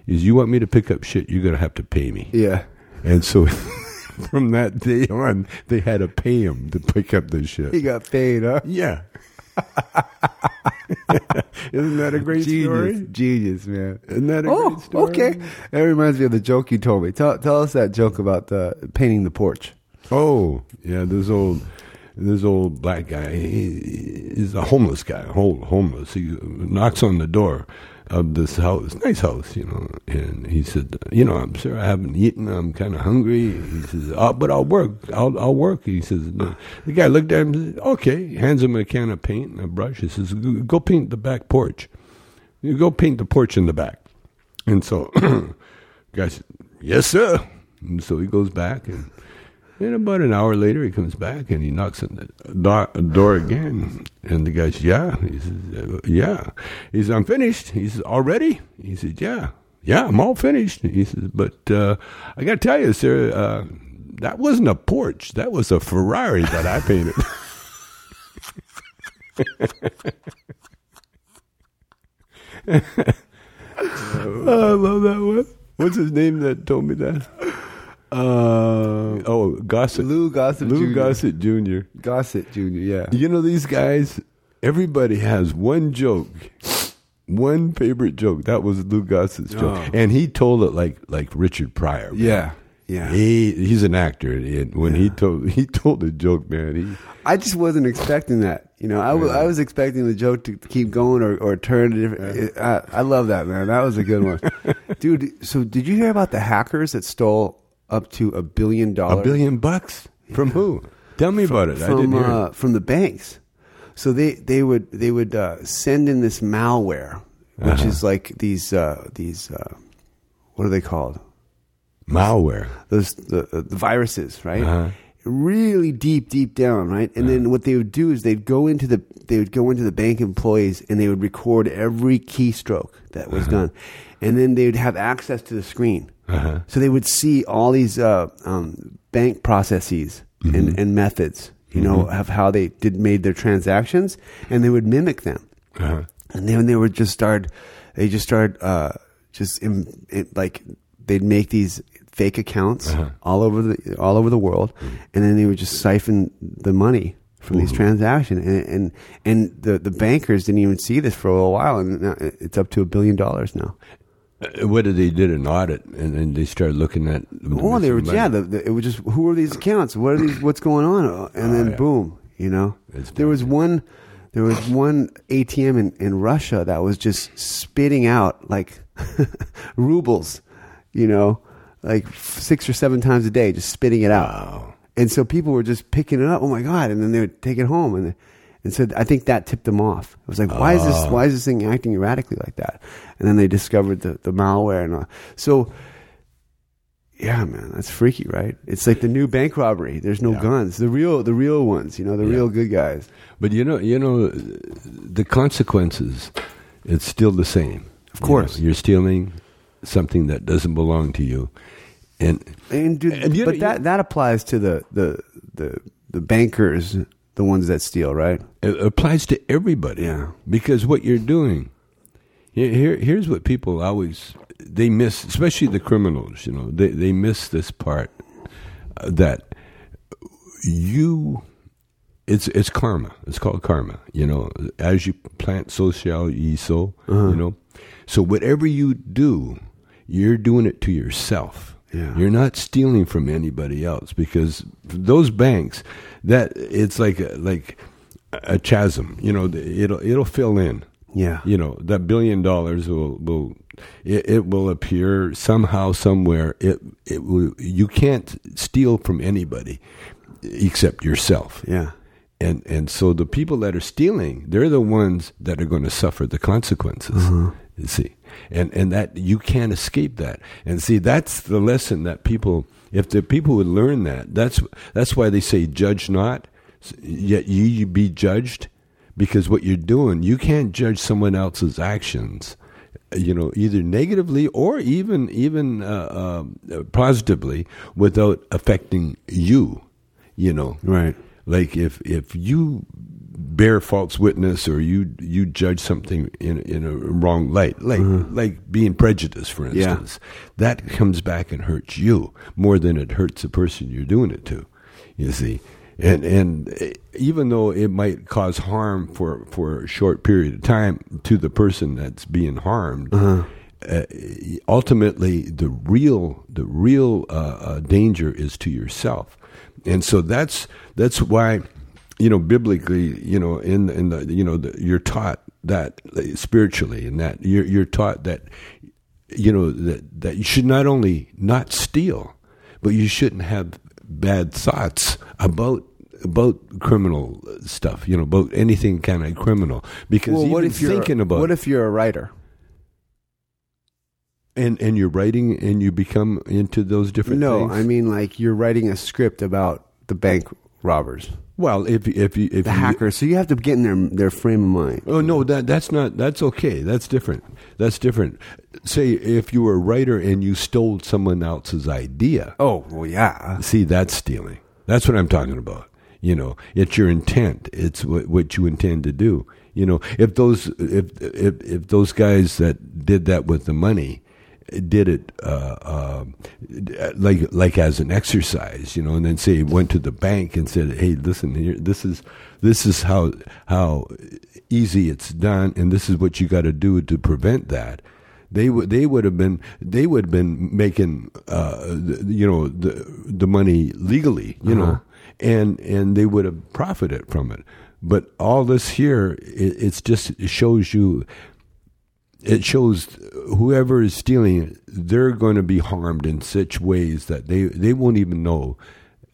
S1: Is you want me to pick up shit? You're gonna have to pay me."
S2: Yeah.
S1: And so from that day on, they had to pay him to pick up the
S2: He
S1: shit.
S2: got paid, huh?
S1: Yeah. Isn't that a great
S2: Genius,
S1: story?
S2: genius, man.
S1: Isn't that a
S2: Oh,
S1: great story?
S2: okay. That reminds me of the joke you told me. Tell, tell us that joke about uh, painting the porch.
S1: Oh, yeah, this old this old black guy he, he's a homeless guy, whole homeless. He knocks on the door of this house, nice house, you know, and he said, "You know, I'm sure I haven't eaten. I'm kind of hungry." He says, oh, "But I'll work. I'll I'll work." He says, "No." "The guy looked at him, and said, "Okay." Hands him a can of paint and a brush. He says, "Go go paint the back porch. You go paint the porch in the back." And so, guy said, "Yes, sir." And so he goes back and. And about an hour later, he comes back and he knocks on the door, door again. And the guy says, Yeah. He says, "Uh, Yeah. He says, I'm finished. He says, Already? He says, Yeah. Yeah, I'm all finished. He says, But uh, I got to tell you, sir, uh, that wasn't a porch. That was a Ferrari that I painted. I love that one. What's his name that told me that?
S2: Uh,
S1: Oh, Gossett.
S2: Lou Gossett
S1: Lou
S2: Jr.
S1: Gossett Jr.
S2: Gossett Jr., yeah.
S1: You know these guys. Everybody has one joke, one favorite joke. That was Lou Gossett's joke,
S2: Oh.
S1: and he told it like like Richard Pryor. man.
S2: Yeah. Yeah.
S1: He he's an actor, and when he told he told a joke, man, he
S2: I just wasn't expecting that. You know, I, w- I was expecting the joke to keep going or, or turn a different. I, I love that, man. That was a good one. Dude, so did you hear about the hackers that stole up to a billion
S1: a
S2: dollars?
S1: billion bucks from who? Tell me about it. I
S2: from
S1: didn't hear.
S2: uh, from the banks. So they they would they would uh, send in this malware, which
S1: Uh-huh.
S2: is like these uh, these uh, what are they called?
S1: Malware.
S2: Those the, uh, the viruses, right? Really deep, deep down, right? And then what they would do is they'd go into the they would go into the bank employees and they would record every keystroke that was done, and then they would have access to the screen, so they would see all these uh, um, bank processes and, and methods, you know, of how they did made their transactions, and they would mimic them and then they were just started they just started uh just in, it, like they'd make these fake accounts all over the all over the world and then they would just siphon the money from these transactions and and, and the, the bankers didn't even see this for a little while and now it's up to a billion dollars now
S1: Uh, Whether they did an audit and then they started looking at.
S2: oh they were yeah the, the, it was just who are these accounts what are these what's going on Uh, and then
S1: Oh, yeah.
S2: boom you know
S1: It's
S2: there was one there was one atm in, in russia that was just spitting out like rubles you know like six or seven times a day just spitting it out
S1: Wow.
S2: and so people were just picking it up oh my god and then they would take it home and and so I think that tipped them off. It was like, why is this? Why is this thing acting erratically like that? And then they discovered the, the malware and all. So yeah, man, that's freaky, right? It's like the new bank robbery. There's no guns. The real, the real ones. You know, the real good guys.
S1: But you know, you know, the consequences. It's still the same. Of
S2: course.
S1: you are stealing something that doesn't belong to you, and
S2: And, dude,
S1: And you-
S2: but that that applies to the the the the bankers, the ones that steal, right?
S1: it applies to everybody.
S2: Yeah.
S1: Because what you're doing, here, here- here's what people always they miss, especially the criminals. You know, they they miss this part uh, that you it's it's karma. It's called karma. You know, as you plant, so shall ye sow. You know, So whatever you do, you're doing it to yourself.
S2: Yeah.
S1: You're not stealing from anybody else because those banks, that it's like a, like a chasm. You know, it'll it'll fill in.
S2: Yeah.
S1: You know that billion dollars will will it, it will appear somehow somewhere. It it will, you can't steal from anybody except yourself
S2: Yeah.
S1: and and so the people that are stealing they're the ones that are going to suffer the consequences you see and and that you can't escape that and see that's the lesson that people if the people would learn that that's that's why they say judge not s- yet ye ye be judged because what you're doing you can't judge someone else's actions you know either negatively or even even uh, uh, positively without affecting you you know
S2: Right.
S1: like if if you bear false witness or you you judge something in in a wrong light like like being prejudiced for
S2: Yeah.
S1: instance that comes back and hurts you more than it hurts the person you're doing it to you see and and eh, even though it might cause harm for for a short period of time to the person that's being harmed uh, ultimately the real the real uh, uh, danger is to yourself and so that's that's why you know biblically you know in in the you know the, you're taught that like, spiritually and that you're you're taught that you know that that you should not only not steal but you shouldn't have bad thoughts about about criminal stuff you know about anything kind of criminal because even
S2: you're-
S1: thinking about
S2: What
S1: it-
S2: if you're a writer?
S1: and and you're writing and you become into those different
S2: No,
S1: things?
S2: I mean like you're writing a script about the bank robbers,
S1: well if if you if
S2: the
S1: you,
S2: hackers. So you have to get in their their frame of mind.
S1: Oh no, that that's not that's okay. That's different. That's different. Say if you were a writer and you stole someone else's idea.
S2: Oh well, yeah.
S1: See, that's stealing. That's what I'm talking about. You know, it's your intent. It's what, what you intend to do. You know, if those if if if those guys that did that with the money did it uh, uh, like like as an exercise, you know, and then say went to the bank and said, "Hey, listen here, this is this is how how easy it's done, and this is what you got to do to prevent that." they would they would have been they would have been making uh, th- you know the the money legally you know and and they would have profited from it but all this here it, it's just it shows you it shows whoever is stealing it, they're going to be harmed in such ways that they they won't even know.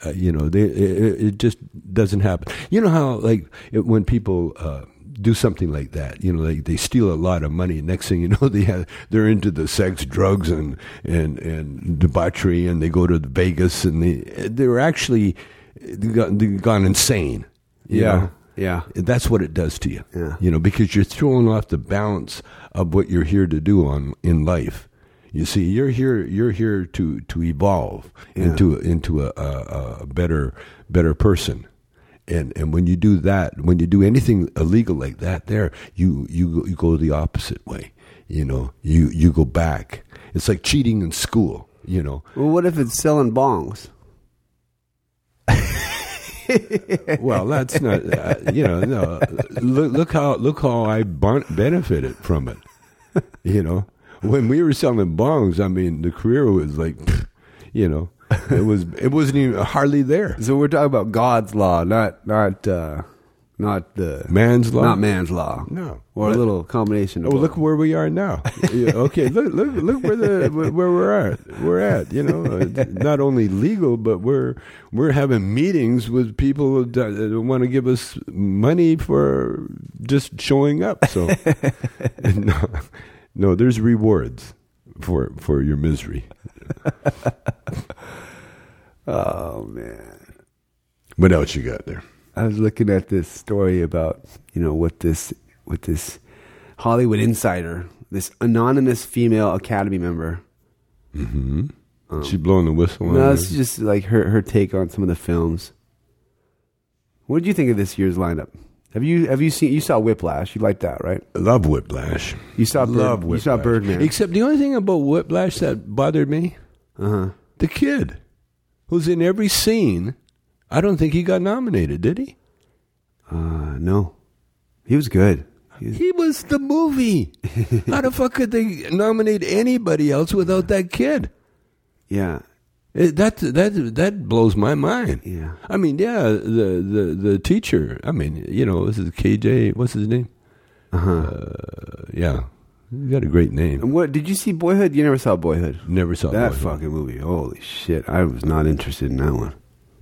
S1: Uh, you know, they it, it just doesn't happen. You know how like it, when people. Uh, do something like that, you know. Like they steal a lot of money. Next thing you know, they have, they're into the sex, drugs, and and and debauchery, and they go to Vegas, and they they're actually they've gone, they've gone insane. you
S2: Yeah.
S1: know?
S2: Yeah.
S1: that's what it does to you.
S2: Yeah.
S1: You know, because you're throwing off the balance of what you're here to do on in life. You see, you're here. You're here to to evolve into into a, a, a better better person. And and when you do that, when you do anything illegal like that, there you you go- you go the opposite way. You know, you you go back. It's like cheating in school. You know,
S2: Well, what if it's selling bongs?
S1: well, that's not uh, you know no. Look, look how look how I bon- benefited from it. You know, when we were selling bongs, I mean, the career was like, pfft, you know, it was it wasn't even hardly there.
S2: So we're talking about God's law, not not uh, not the
S1: Man's law?
S2: not man's law.
S1: No.
S2: or a little combination.
S1: Oh,
S2: Of both.
S1: look where we are now. Yeah, okay, look look look where the where we're at. We're at you know it's not only legal, but we're we're having meetings with people that, uh, that want to give us money for just showing up. So no, no, there's rewards for for your misery.
S2: Oh man.
S1: What else you got there?
S2: I was looking at this story about you know what this what this Hollywood insider, this anonymous female Academy member.
S1: she blowing the whistle. on
S2: Um, No,
S1: there?
S2: it's just like her her take on some of the films. What did you think of this year's lineup? Have you have you seen you saw Whiplash? You liked that, right?
S1: love Whiplash.
S2: You saw Bird,
S1: love
S2: you
S1: Whiplash.
S2: saw Birdman.
S1: Except the only thing about Whiplash that bothered me,
S2: Uh-huh.
S1: the kid, who's in every scene. I don't think he got nominated, did he?
S2: Uh no, he was good.
S1: He was the movie. How the fuck could they nominate anybody else without that kid?
S2: Yeah.
S1: It, that that that blows my mind.
S2: Yeah.
S1: I mean, yeah, the the the teacher. I mean, you know, this is KJ. What's his name? Uh, yeah, he got a great name.
S2: Uh-huh. And what did you see Boyhood? You never saw Boyhood.
S1: Never saw
S2: that
S1: Boyhood.
S2: fucking movie. Holy shit! I was not interested in that one.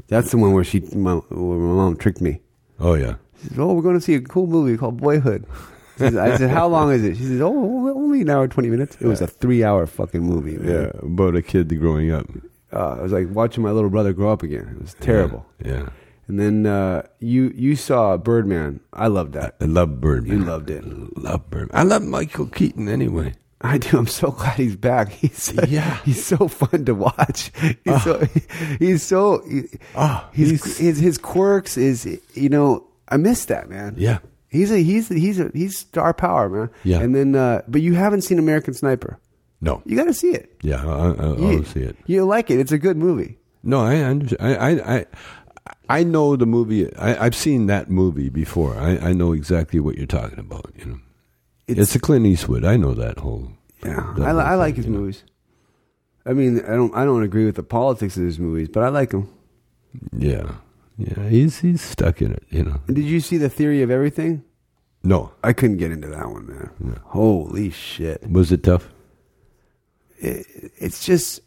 S2: That's the one where she, my, where my mom tricked me.
S1: Oh yeah,
S2: She says, "Oh, we're going to see a cool movie called Boyhood." She says- I said, "How long is it?" She says, "Oh, only an hour and twenty minutes." It was a three-hour fucking movie. man.
S1: yeah, about a kid growing up.
S2: Uh, I was like watching my little brother grow up again. It was terrible.
S1: Yeah,
S2: And then uh, you you saw Birdman. I loved that.
S1: I love Birdman.
S2: You loved it.
S1: love Birdman. I love Michael Keaton anyway.
S2: I do. I'm so glad he's back. He's
S1: Yeah.
S2: He's so fun to watch. He's so he's so he,
S1: Ah,
S2: his,
S1: he's-
S2: his his quirks is you know I miss that man.
S1: Yeah.
S2: He's a he's a, he's a, he's star power man.
S1: Yeah.
S2: And then uh, but you haven't seen American Sniper.
S1: No,
S2: You got to see it.
S1: yeah, I, I, I'll
S2: you,
S1: see it.
S2: You'll like it. It's a good movie.
S1: No, I understand. I, I, I, I know the movie. I, I've seen that movie before. I, I know exactly what you're talking about. You know, it's, a Clint Eastwood. I know that whole.
S2: Yeah,
S1: that
S2: I,
S1: whole
S2: li- I like
S1: thing,
S2: his
S1: you know.
S2: movies. I mean, I don't I don't agree with the politics of his movies, but I like them.
S1: Yeah, yeah. He's he's stuck in it. You know.
S2: Did you see the Theory of Everything?
S1: No,
S2: I couldn't get into that one, man. Holy shit!
S1: was it tough?
S2: It's just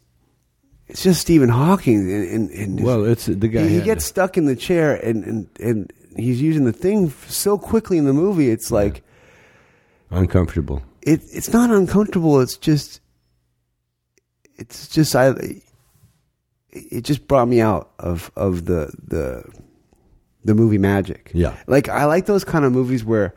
S2: it's just Stephen Hawking, and, and, and his-
S1: Well, it's the guy.
S2: he, he
S1: had-
S2: gets stuck in the chair, and and and he's using the thing f- so quickly in the movie. It's like
S1: uncomfortable.
S2: it it's not uncomfortable. It's just it's just I it just brought me out of of the the the movie magic.
S1: Yeah.
S2: Like I like those kind of movies where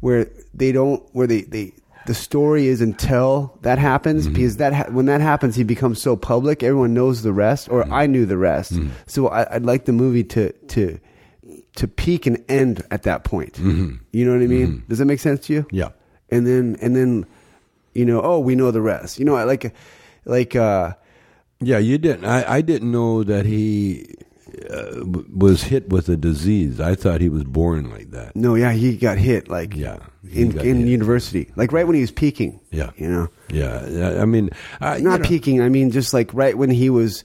S2: where they don't where they they the story is until that happens
S1: Mm-hmm.
S2: because that ha- when that happens he becomes so public everyone knows the rest or
S1: Mm-hmm.
S2: I knew the rest so I, I'd like the movie to to to peak and end at that point you know what I mean does that make sense to you
S1: Mm-hmm. Yeah.
S2: and then and then you know oh we know the rest you know I like like uh
S1: Yeah, you didn't. I, I didn't know that he uh, w- was hit with a disease. I thought he was born like that.
S2: no yeah he got hit like
S1: Yeah, he
S2: in,
S1: got
S2: in
S1: hit.
S2: university like right when he was peaking
S1: Yeah.
S2: you know
S1: Yeah, yeah, I mean, I, you
S2: not
S1: know-
S2: peaking. I mean, just like right when he was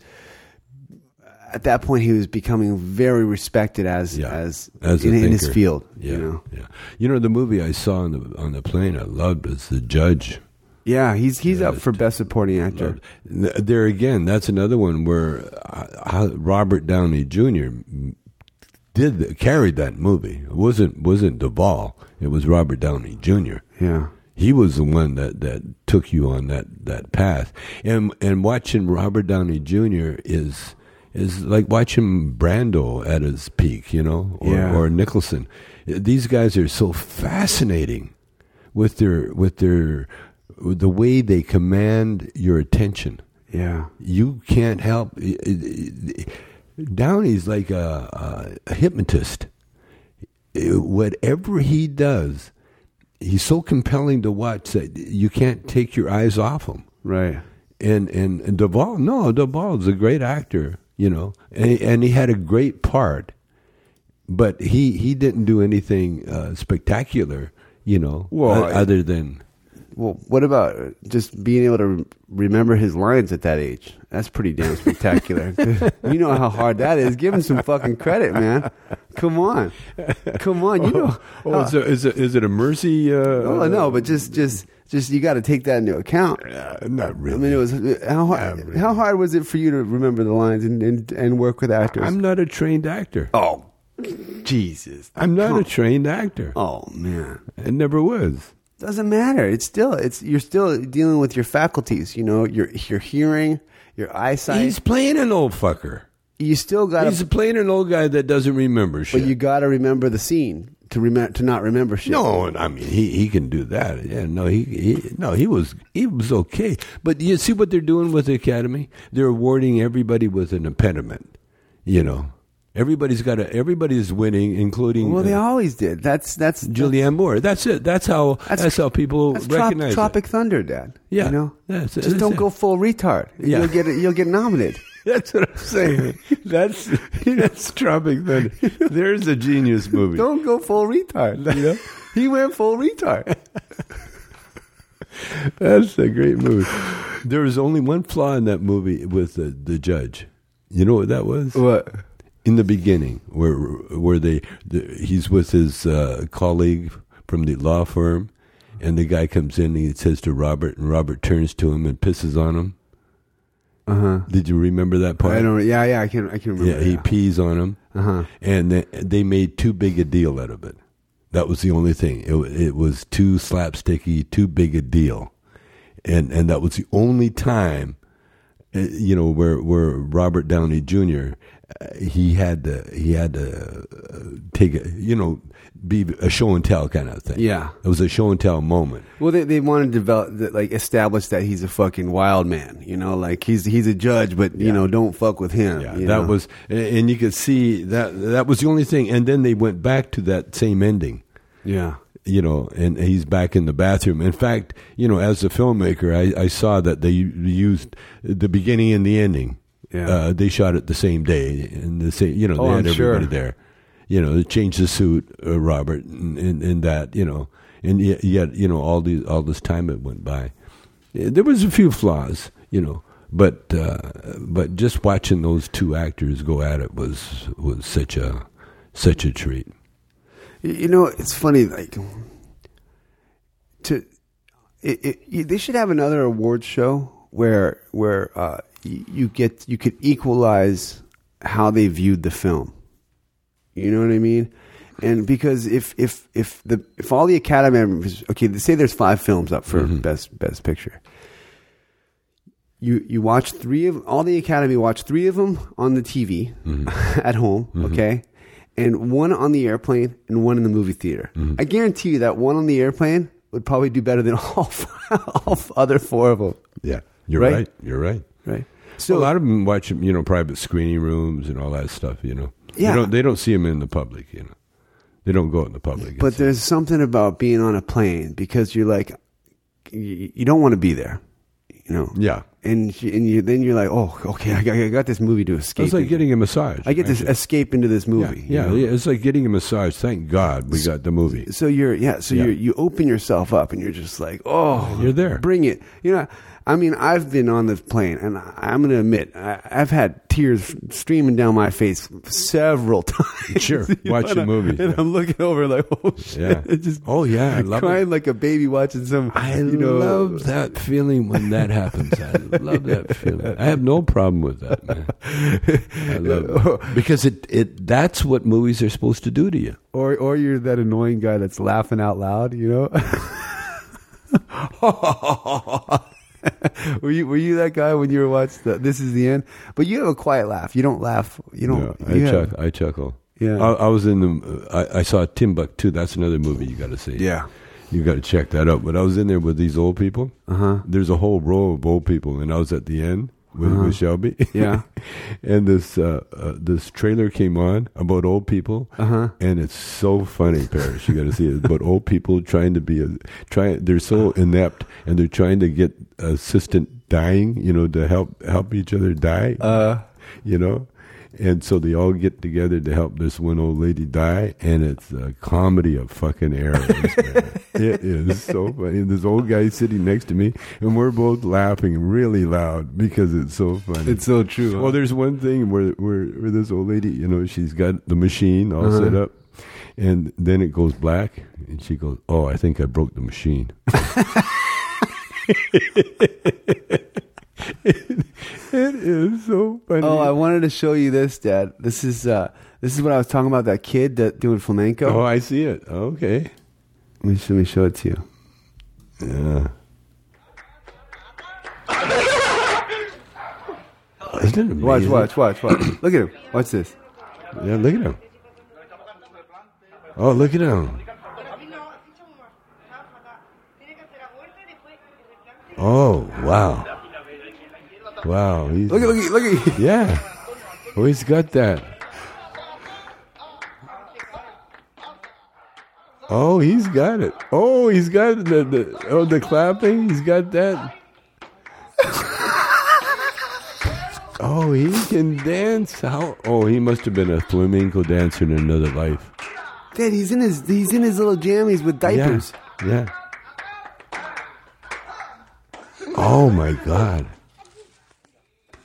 S2: at that point, he was becoming very respected as
S1: yeah,
S2: as,
S1: a
S2: in, in his
S1: thinker.
S2: field.
S1: Yeah,
S2: You know,
S1: yeah. You know, the movie I saw on the on the plane I loved was The Judge.
S2: yeah, he's he's up for best supporting actor.
S1: Th- There again, that's another one where uh, how Robert Downey Jr. did the, carried that movie. It wasn't wasn't Duvall. It was Robert Downey Jr.
S2: Yeah,
S1: He was the one that, that took you on that, that path. And and watching Robert Downey Jr. is is like watching Brando at his peak, you know, or,
S2: Yeah.
S1: or Nicholson. These guys are so fascinating with their with their with the way they command your attention.
S2: yeah,
S1: You can't help. Downey's like a, a hypnotist. Whatever he does, he's so compelling to watch that you can't take your eyes off him.
S2: right.
S1: And and, and Duvall, no, Duvall's a great actor, you know, and, and he had a great part, but he he didn't do anything uh, spectacular, you know,
S2: Well,
S1: o-
S2: I-
S1: other than
S2: Well, what about just being able to rem- remember his lines at that age? That's pretty damn spectacular. you know how hard that is. Give him some fucking credit, man. Come on, come on. You know,
S1: oh, is, it, is, it, is it a mercy? Uh,
S2: oh no, but just just just you got to take that into account.
S1: not really.
S2: I mean, it was how hard, how hard was it for you to remember the lines and and, and work with actors?
S1: I'm not a trained actor.
S2: oh, Jesus!
S1: I'm not a trained actor.
S2: Oh man,
S1: I never was.
S2: doesn't matter. It's still it's you're still dealing with your faculties. You know, your your hearing, your eyesight.
S1: He's playing an old fucker.
S2: you still got
S1: He's
S2: to,
S1: playing an old guy that doesn't remember shit.
S2: but you got to remember the scene to remember to not remember shit.
S1: no, I mean he, he can do that. Yeah, no, he, he no he was he was okay. But you see what they're doing with the academy? They're awarding everybody with an impediment. You know, everybody's got a everybody's winning, including
S2: Well, they
S1: uh,
S2: always did. That's that's
S1: Julianne Moore. That's it. That's how that's, how people
S2: that's Trop-
S1: recognize it.
S2: Tropic Thunder, Dad.
S1: Yeah.
S2: you know,
S1: That's it.
S2: just don't
S1: That's it.
S2: go full retard.
S1: Yeah.
S2: You'll get you'll get nominated.
S1: That's what I'm saying. That's that's Tropic Thunder. There's a genius movie.
S2: Don't go full retard. You know? he went full retard.
S1: That's a great movie. There was only one flaw in that movie with the, the judge. You know what that was?
S2: What?
S1: In the beginning, where where they the, he's with his uh, colleague from the law firm, and the guy comes in and he says to Robert, and Robert turns to him and pisses on him.
S2: Uh huh.
S1: Did you remember that part?
S2: I don't. Yeah, yeah. I can. I can remember.
S1: Yeah, he
S2: now.
S1: pees on him,
S2: Uh-huh.
S1: and they, they made too big a deal out of it. That was the only thing. It, wa- it was too slapsticky, too big a deal, and and that was the only time, uh, you know, where where Robert Downey Jr. uh, he had to he had to uh, take a you know be a show and tell kind of thing.
S2: Yeah.
S1: it was a show and tell moment.
S2: Well, they they want to develop, that, like, establish that he's a fucking wild man. You know, like he's he's a judge, but you know, don't fuck with him.
S1: Yeah,
S2: you
S1: that
S2: know?
S1: was, a- and you could see that that was the only thing. And then they went back to that same ending.
S2: Yeah.
S1: you know, and he's back in the bathroom. In fact, you know, as a filmmaker, I, I saw that they u- used the beginning and the ending.
S2: Yeah.
S1: Uh, they shot it the same day, and the same, you know,
S2: Oh,
S1: they had
S2: I'm sure.
S1: everybody there. You know, they changed the suit, uh, Robert, and, and, and that, you know, and yet, yet, you know, all the all this time it went by. Yeah, There was a few flaws, you know, but uh, but just watching those two actors go at it was was such a such a treat.
S2: Y- You know, it's funny. Like, to it, it, you- they should have another award show where where uh, y- you get you could equalize how they viewed the film. You know what I mean? And because if if if the if all the Academy members okay, they say there's five films up for best best picture. You you watch three of all the Academy watch three of them on the TV
S1: Mm-hmm.
S2: at home, okay, and one on the airplane and one in the movie theater.
S1: Mm-hmm.
S2: I guarantee you that one on the airplane would probably do better than all four, all other four of them,
S1: Yeah, you're
S2: Right?
S1: right you're right.
S2: right? So
S1: So a lot of them watch 'em, you know, private screening rooms and all that stuff. You know,
S2: Yeah.
S1: they don't, they don't see them in the public. You know, they don't go out in the public.
S2: But
S1: It's-
S2: there's something about being on a plane because you're like, you, you don't want to be there, you know.
S1: yeah,
S2: And you, and you, then you're like, oh, okay, I got, I got this movie to escape.
S1: it's like
S2: into.
S1: getting a massage.
S2: I get to
S1: actually.
S2: escape into this
S1: Yeah,
S2: movie. you
S1: yeah,
S2: know?
S1: yeah, it's like getting a massage. Thank God we got the movie.
S2: So you're yeah. So
S1: Yeah.
S2: you you open yourself up and you're just like, oh,
S1: You're there.
S2: Bring it. You know, I mean, I've been on this plane, and I, I'm going to admit, I, I've had tears streaming down my face several times.
S1: Sure.
S2: You know,
S1: Watching
S2: and I-
S1: movies,
S2: and
S1: yeah.
S2: I'm looking over like, oh shit,
S1: Yeah.
S2: just
S1: Oh, yeah, I love
S2: crying
S1: it.
S2: like a baby watching some.
S1: I
S2: you know,
S1: love that feeling when that happens. I love that feeling. I have no problem with that, man. I love it. because it, it that's what movies are supposed to do to you.
S2: Or or you're that annoying guy that's laughing out loud, you know? were you were you that guy when you were watching the, This Is the End? But you have a quiet laugh. You don't laugh. You
S1: No,
S2: don't.
S1: I,
S2: you have-
S1: chuck, I chuckle.
S2: Yeah.
S1: I, I was in the. I, I saw Timbuktu. That's another movie you got to see.
S2: Yeah.
S1: you got to check that out. But I was in there with these old people.
S2: Uh-huh.
S1: There's a whole row of old people, and I was at the end with, with Shelby.
S2: Yeah.
S1: and this uh, uh, this trailer came on about old people.
S2: Uh-huh.
S1: And it's so funny, Paris. You got to see it. But old people trying to be a trying. They're so inept, and they're trying to get assistant dying. You know, to help help each other die
S2: Uh,
S1: you know. And so they all get together to help this one old lady die, and it's a comedy of fucking errors. man. it is so funny. This old guy sitting next to me, and we're both laughing really loud because it's so funny.
S2: it's so true. huh?
S1: Well, there's one thing where, where where this old lady, you know, she's got the machine all
S2: Uh-huh.
S1: set up, and then it goes black, and she goes, "Oh, I think I broke the machine." it is so funny.
S2: oh, I wanted to show you this, Dad. This is uh, this is what I was talking about. That kid that doing flamenco.
S1: Oh, I see it. Okay.
S2: Let, me, let me show it to you.
S1: Yeah. Isn't it amazing?
S2: Watch, watch, watch, watch. Look at him. Watch this.
S1: Yeah, look at him. Oh, look at him. Oh, wow. Wow. He's,
S2: Look at, look at, look at.
S1: Yeah. Oh, he's got that. Oh, he's got it. Oh, he's got the, the oh the clapping. He's got that. Oh, he can dance. How? Oh, he must have been a flamenco dancer in another life.
S2: Dad, he's in his he's in his little jammies with diapers.
S1: Yeah. yeah. Oh my God.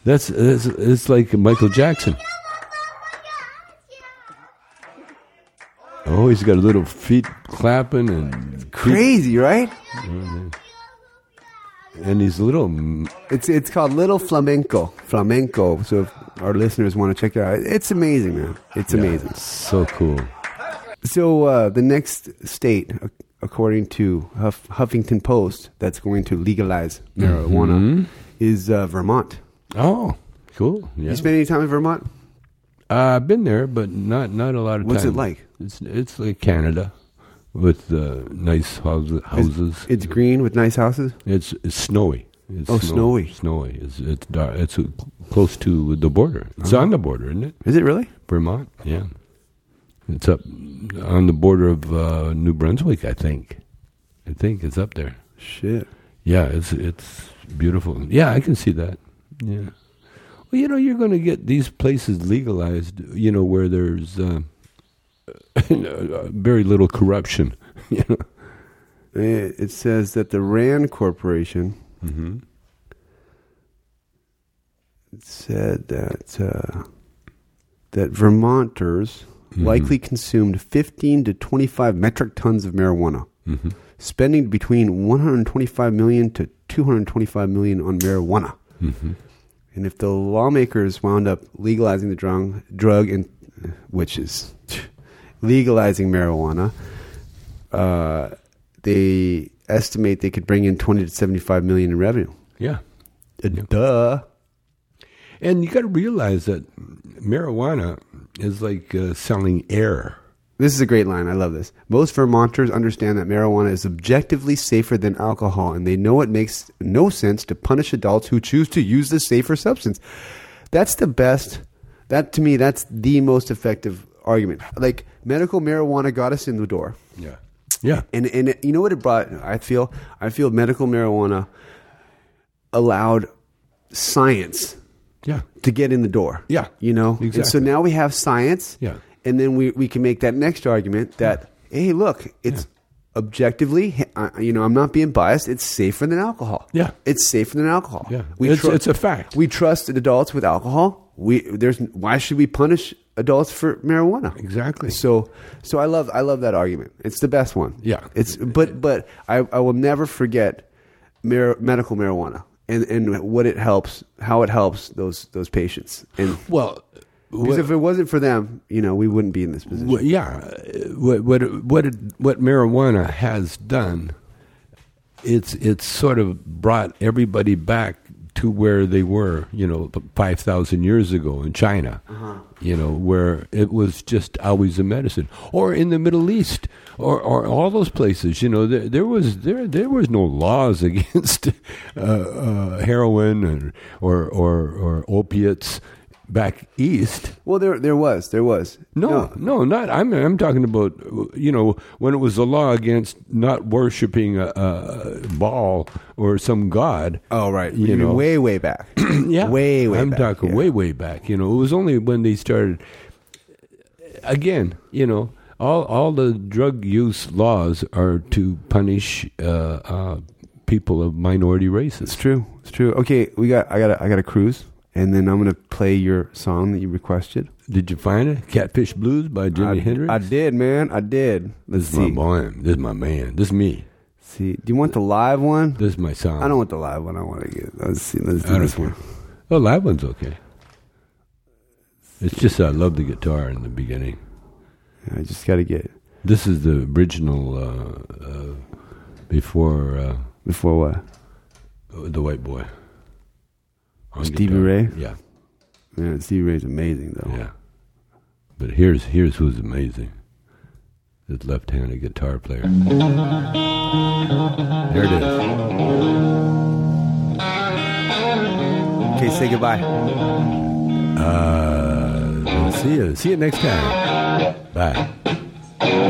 S1: That's, that's it's like Michael Jackson. Oh, he's got little feet clapping and feet,
S2: Crazy, right?
S1: and he's little. mm,
S2: It's it's called Little Flamenco. Flamenco. So if our listeners want to check it out, it's amazing, man. It's amazing.
S1: So cool.
S2: So uh, the next state, ac- according to Huff- Huffington Post, that's going to legalize marijuana is uh, Vermont.
S1: Oh, cool. Yeah.
S2: You spend any time in Vermont?
S1: Uh, I've been there, but not not a lot of
S2: What's it
S1: time.
S2: like?
S1: It's it's like Canada, with uh, nice houses. houses.
S2: It's green with nice houses.
S1: It's, it's snowy. It's
S2: Oh, snowy.
S1: Snowy. It's it's dark. It's uh, close to the border. It's on the
S2: Uh-huh.
S1: border, isn't it?
S2: Is it really?
S1: Vermont. Yeah. It's up on the border of uh, New Brunswick, I think. I think it's up there.
S2: Shit.
S1: Yeah, it's it's beautiful. Yeah, I can see that. Yeah. Well, you know, you're going to get these places legalized. You know, where there's uh, very little corruption. You know.
S2: It, Eh, it says that the Rand Corporation Mm-hmm. it said that uh, that Vermonters likely consumed 15 to 25 metric tons of marijuana, spending between 125 million to 225 million on marijuana.
S1: Mm-hmm.
S2: And if the lawmakers wound up legalizing the drug, drug and which is legalizing marijuana, uh, they estimate they could bring in 20 to 75 million in revenue.
S1: Yeah.
S2: Uh, Duh.
S1: And you got to realize that marijuana is like uh, selling air.
S2: This is a great line. I love this. Most Vermonters understand that marijuana is objectively safer than alcohol, and they know it makes no sense to punish adults who choose to use the safer substance. That's the best. That to me, that's the most effective argument. Like medical marijuana got us in the door.
S1: Yeah. Yeah.
S2: and and you know what it brought i feel i feel medical marijuana allowed science
S1: Yeah.
S2: to get in the door
S1: Yeah.
S2: you know and so
S1: Exactly.
S2: now we have science
S1: Yeah.
S2: and then we we can make that next argument that hey look it's objectively uh, you know i'm not being biased it's safer than alcohol
S1: Yeah.
S2: it's safer than alcohol
S1: Yeah. It's- it's a fact.
S2: we trust adults with alcohol we there's why should we punish adults for marijuana
S1: Exactly.
S2: so so I love I love that argument. It's the best one.
S1: Yeah.
S2: It's but but I, I will never forget mar- medical marijuana and and what it helps how it helps those those patients. And
S1: Well,
S2: because
S1: what,
S2: if it wasn't for them, you know, we wouldn't be in this position.
S1: what, yeah, uh, what what it- what it, what marijuana has done, it's it's sort of brought everybody back to where they were, you know, five thousand years ago in China, you know, where it was just always a medicine, or in the Middle East, or, or all those places, you know, there, there was there there was no laws against uh, uh, heroin or, or or or opiates back east.
S2: Well, there there was there was
S1: No, no, not. I'm. I'm talking about you know when it was the law against not worshiping a, a ball or some god.
S2: Oh right,
S1: You know.
S2: way way back.
S1: yeah,
S2: way way.
S1: I'm
S2: back.
S1: talking
S2: yeah.
S1: way, way back. You know, it was only when they started. Again, you know, all all the drug use laws are to punish uh, uh, people of minority races.
S2: It's true. It's true. Okay, we got I got I got a cruise, and then I'm gonna play your song that you requested.
S1: Did you find it? Catfish Blues by Jimi
S2: I,
S1: Hendrix.
S2: I did, man. I did. Let's
S1: this is my
S2: see.
S1: boy. This is my man. This is me.
S2: See, do you want the live one?
S1: This is my song.
S2: I don't want the live one. I want to get. Let's see. Let's
S1: I
S2: do
S1: don't
S2: this
S1: care.
S2: one.
S1: The live Oh, one's okay. It's just I love the guitar in the beginning.
S2: I just got to get
S1: This is the original uh, uh, before uh,
S2: before what?
S1: the White Boy. On
S2: Stevie
S1: guitar.
S2: Ray?
S1: Yeah,
S2: Man, Stevie Ray's amazing though.
S1: yeah. But here's here's who's amazing. This left-handed guitar player. There it is.
S2: Okay, say goodbye.
S1: Uh, see you. See you next time. Bye.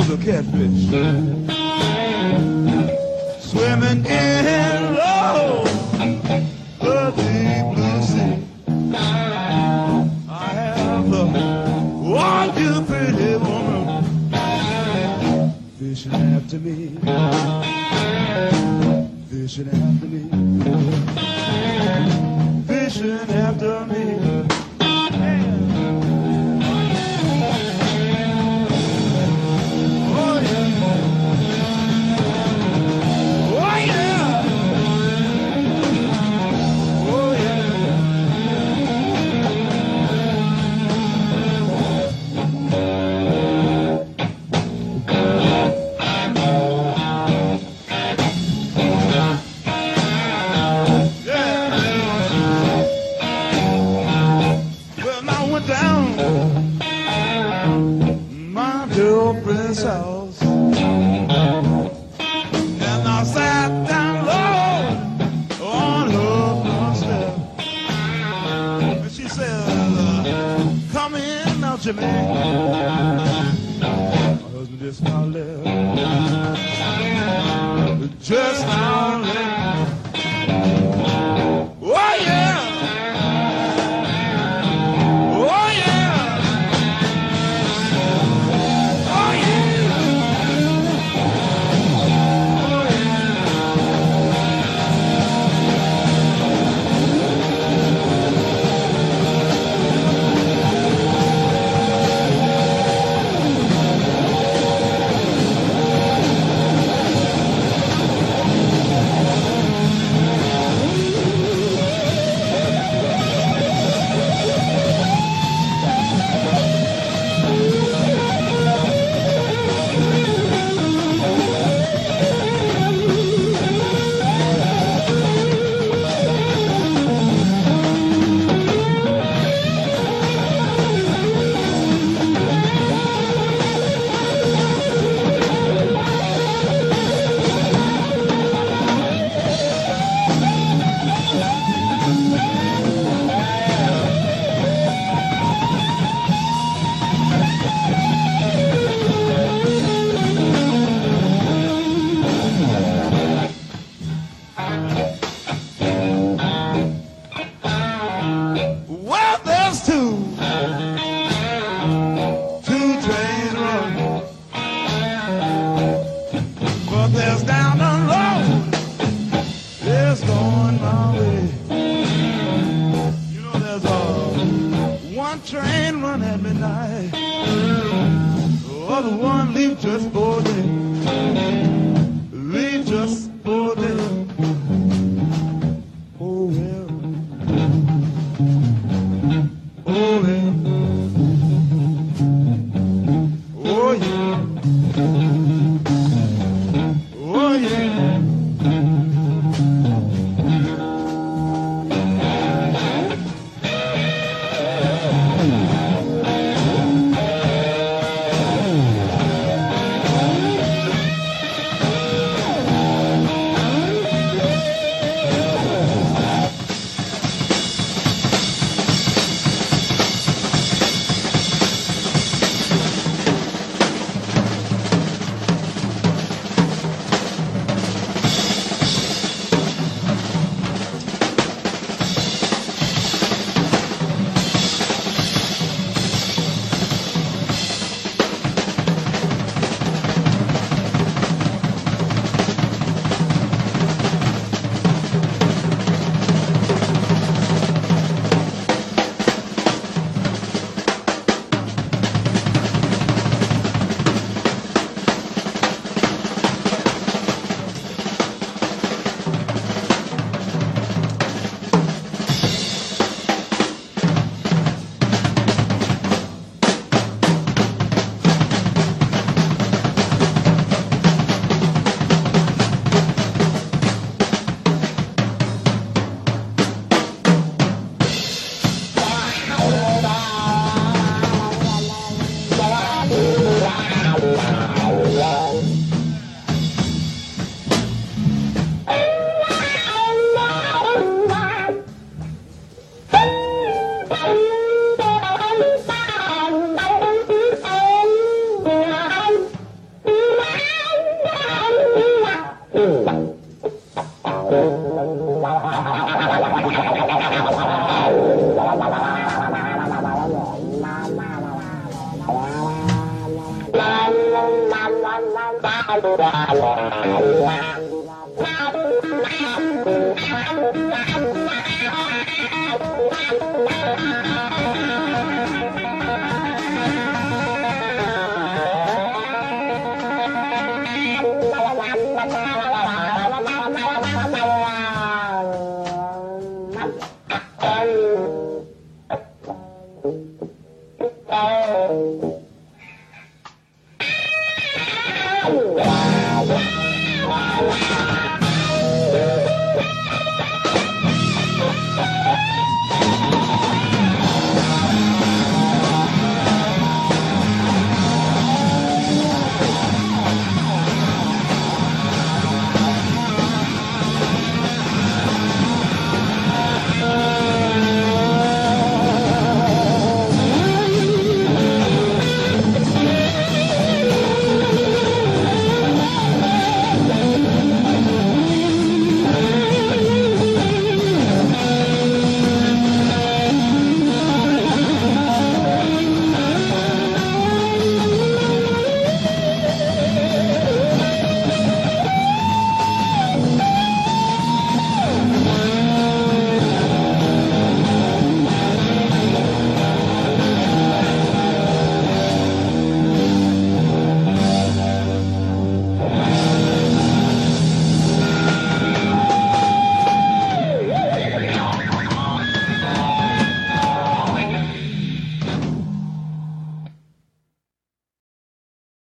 S4: Oh, to me. Fishing after me. Fishing after me. Oh yeah. Oh yeah. Oh yeah. Yeah. Well, I went down my little friend's house. Then I sat down low on her front step. And she said, uh, Come in now, Jimmy. My husband just now left. Just now left. Oh yeah! Oh yeah! Oh yeah! Well, there's two. Two trains run. But there's down the road. There's going my way. You know, there's a one train run at midnight. The other one leave just for day. Leave just for day. Oh, well. Oh yeah. Oh yeah. Oh yeah.
S5: Bye. Wow.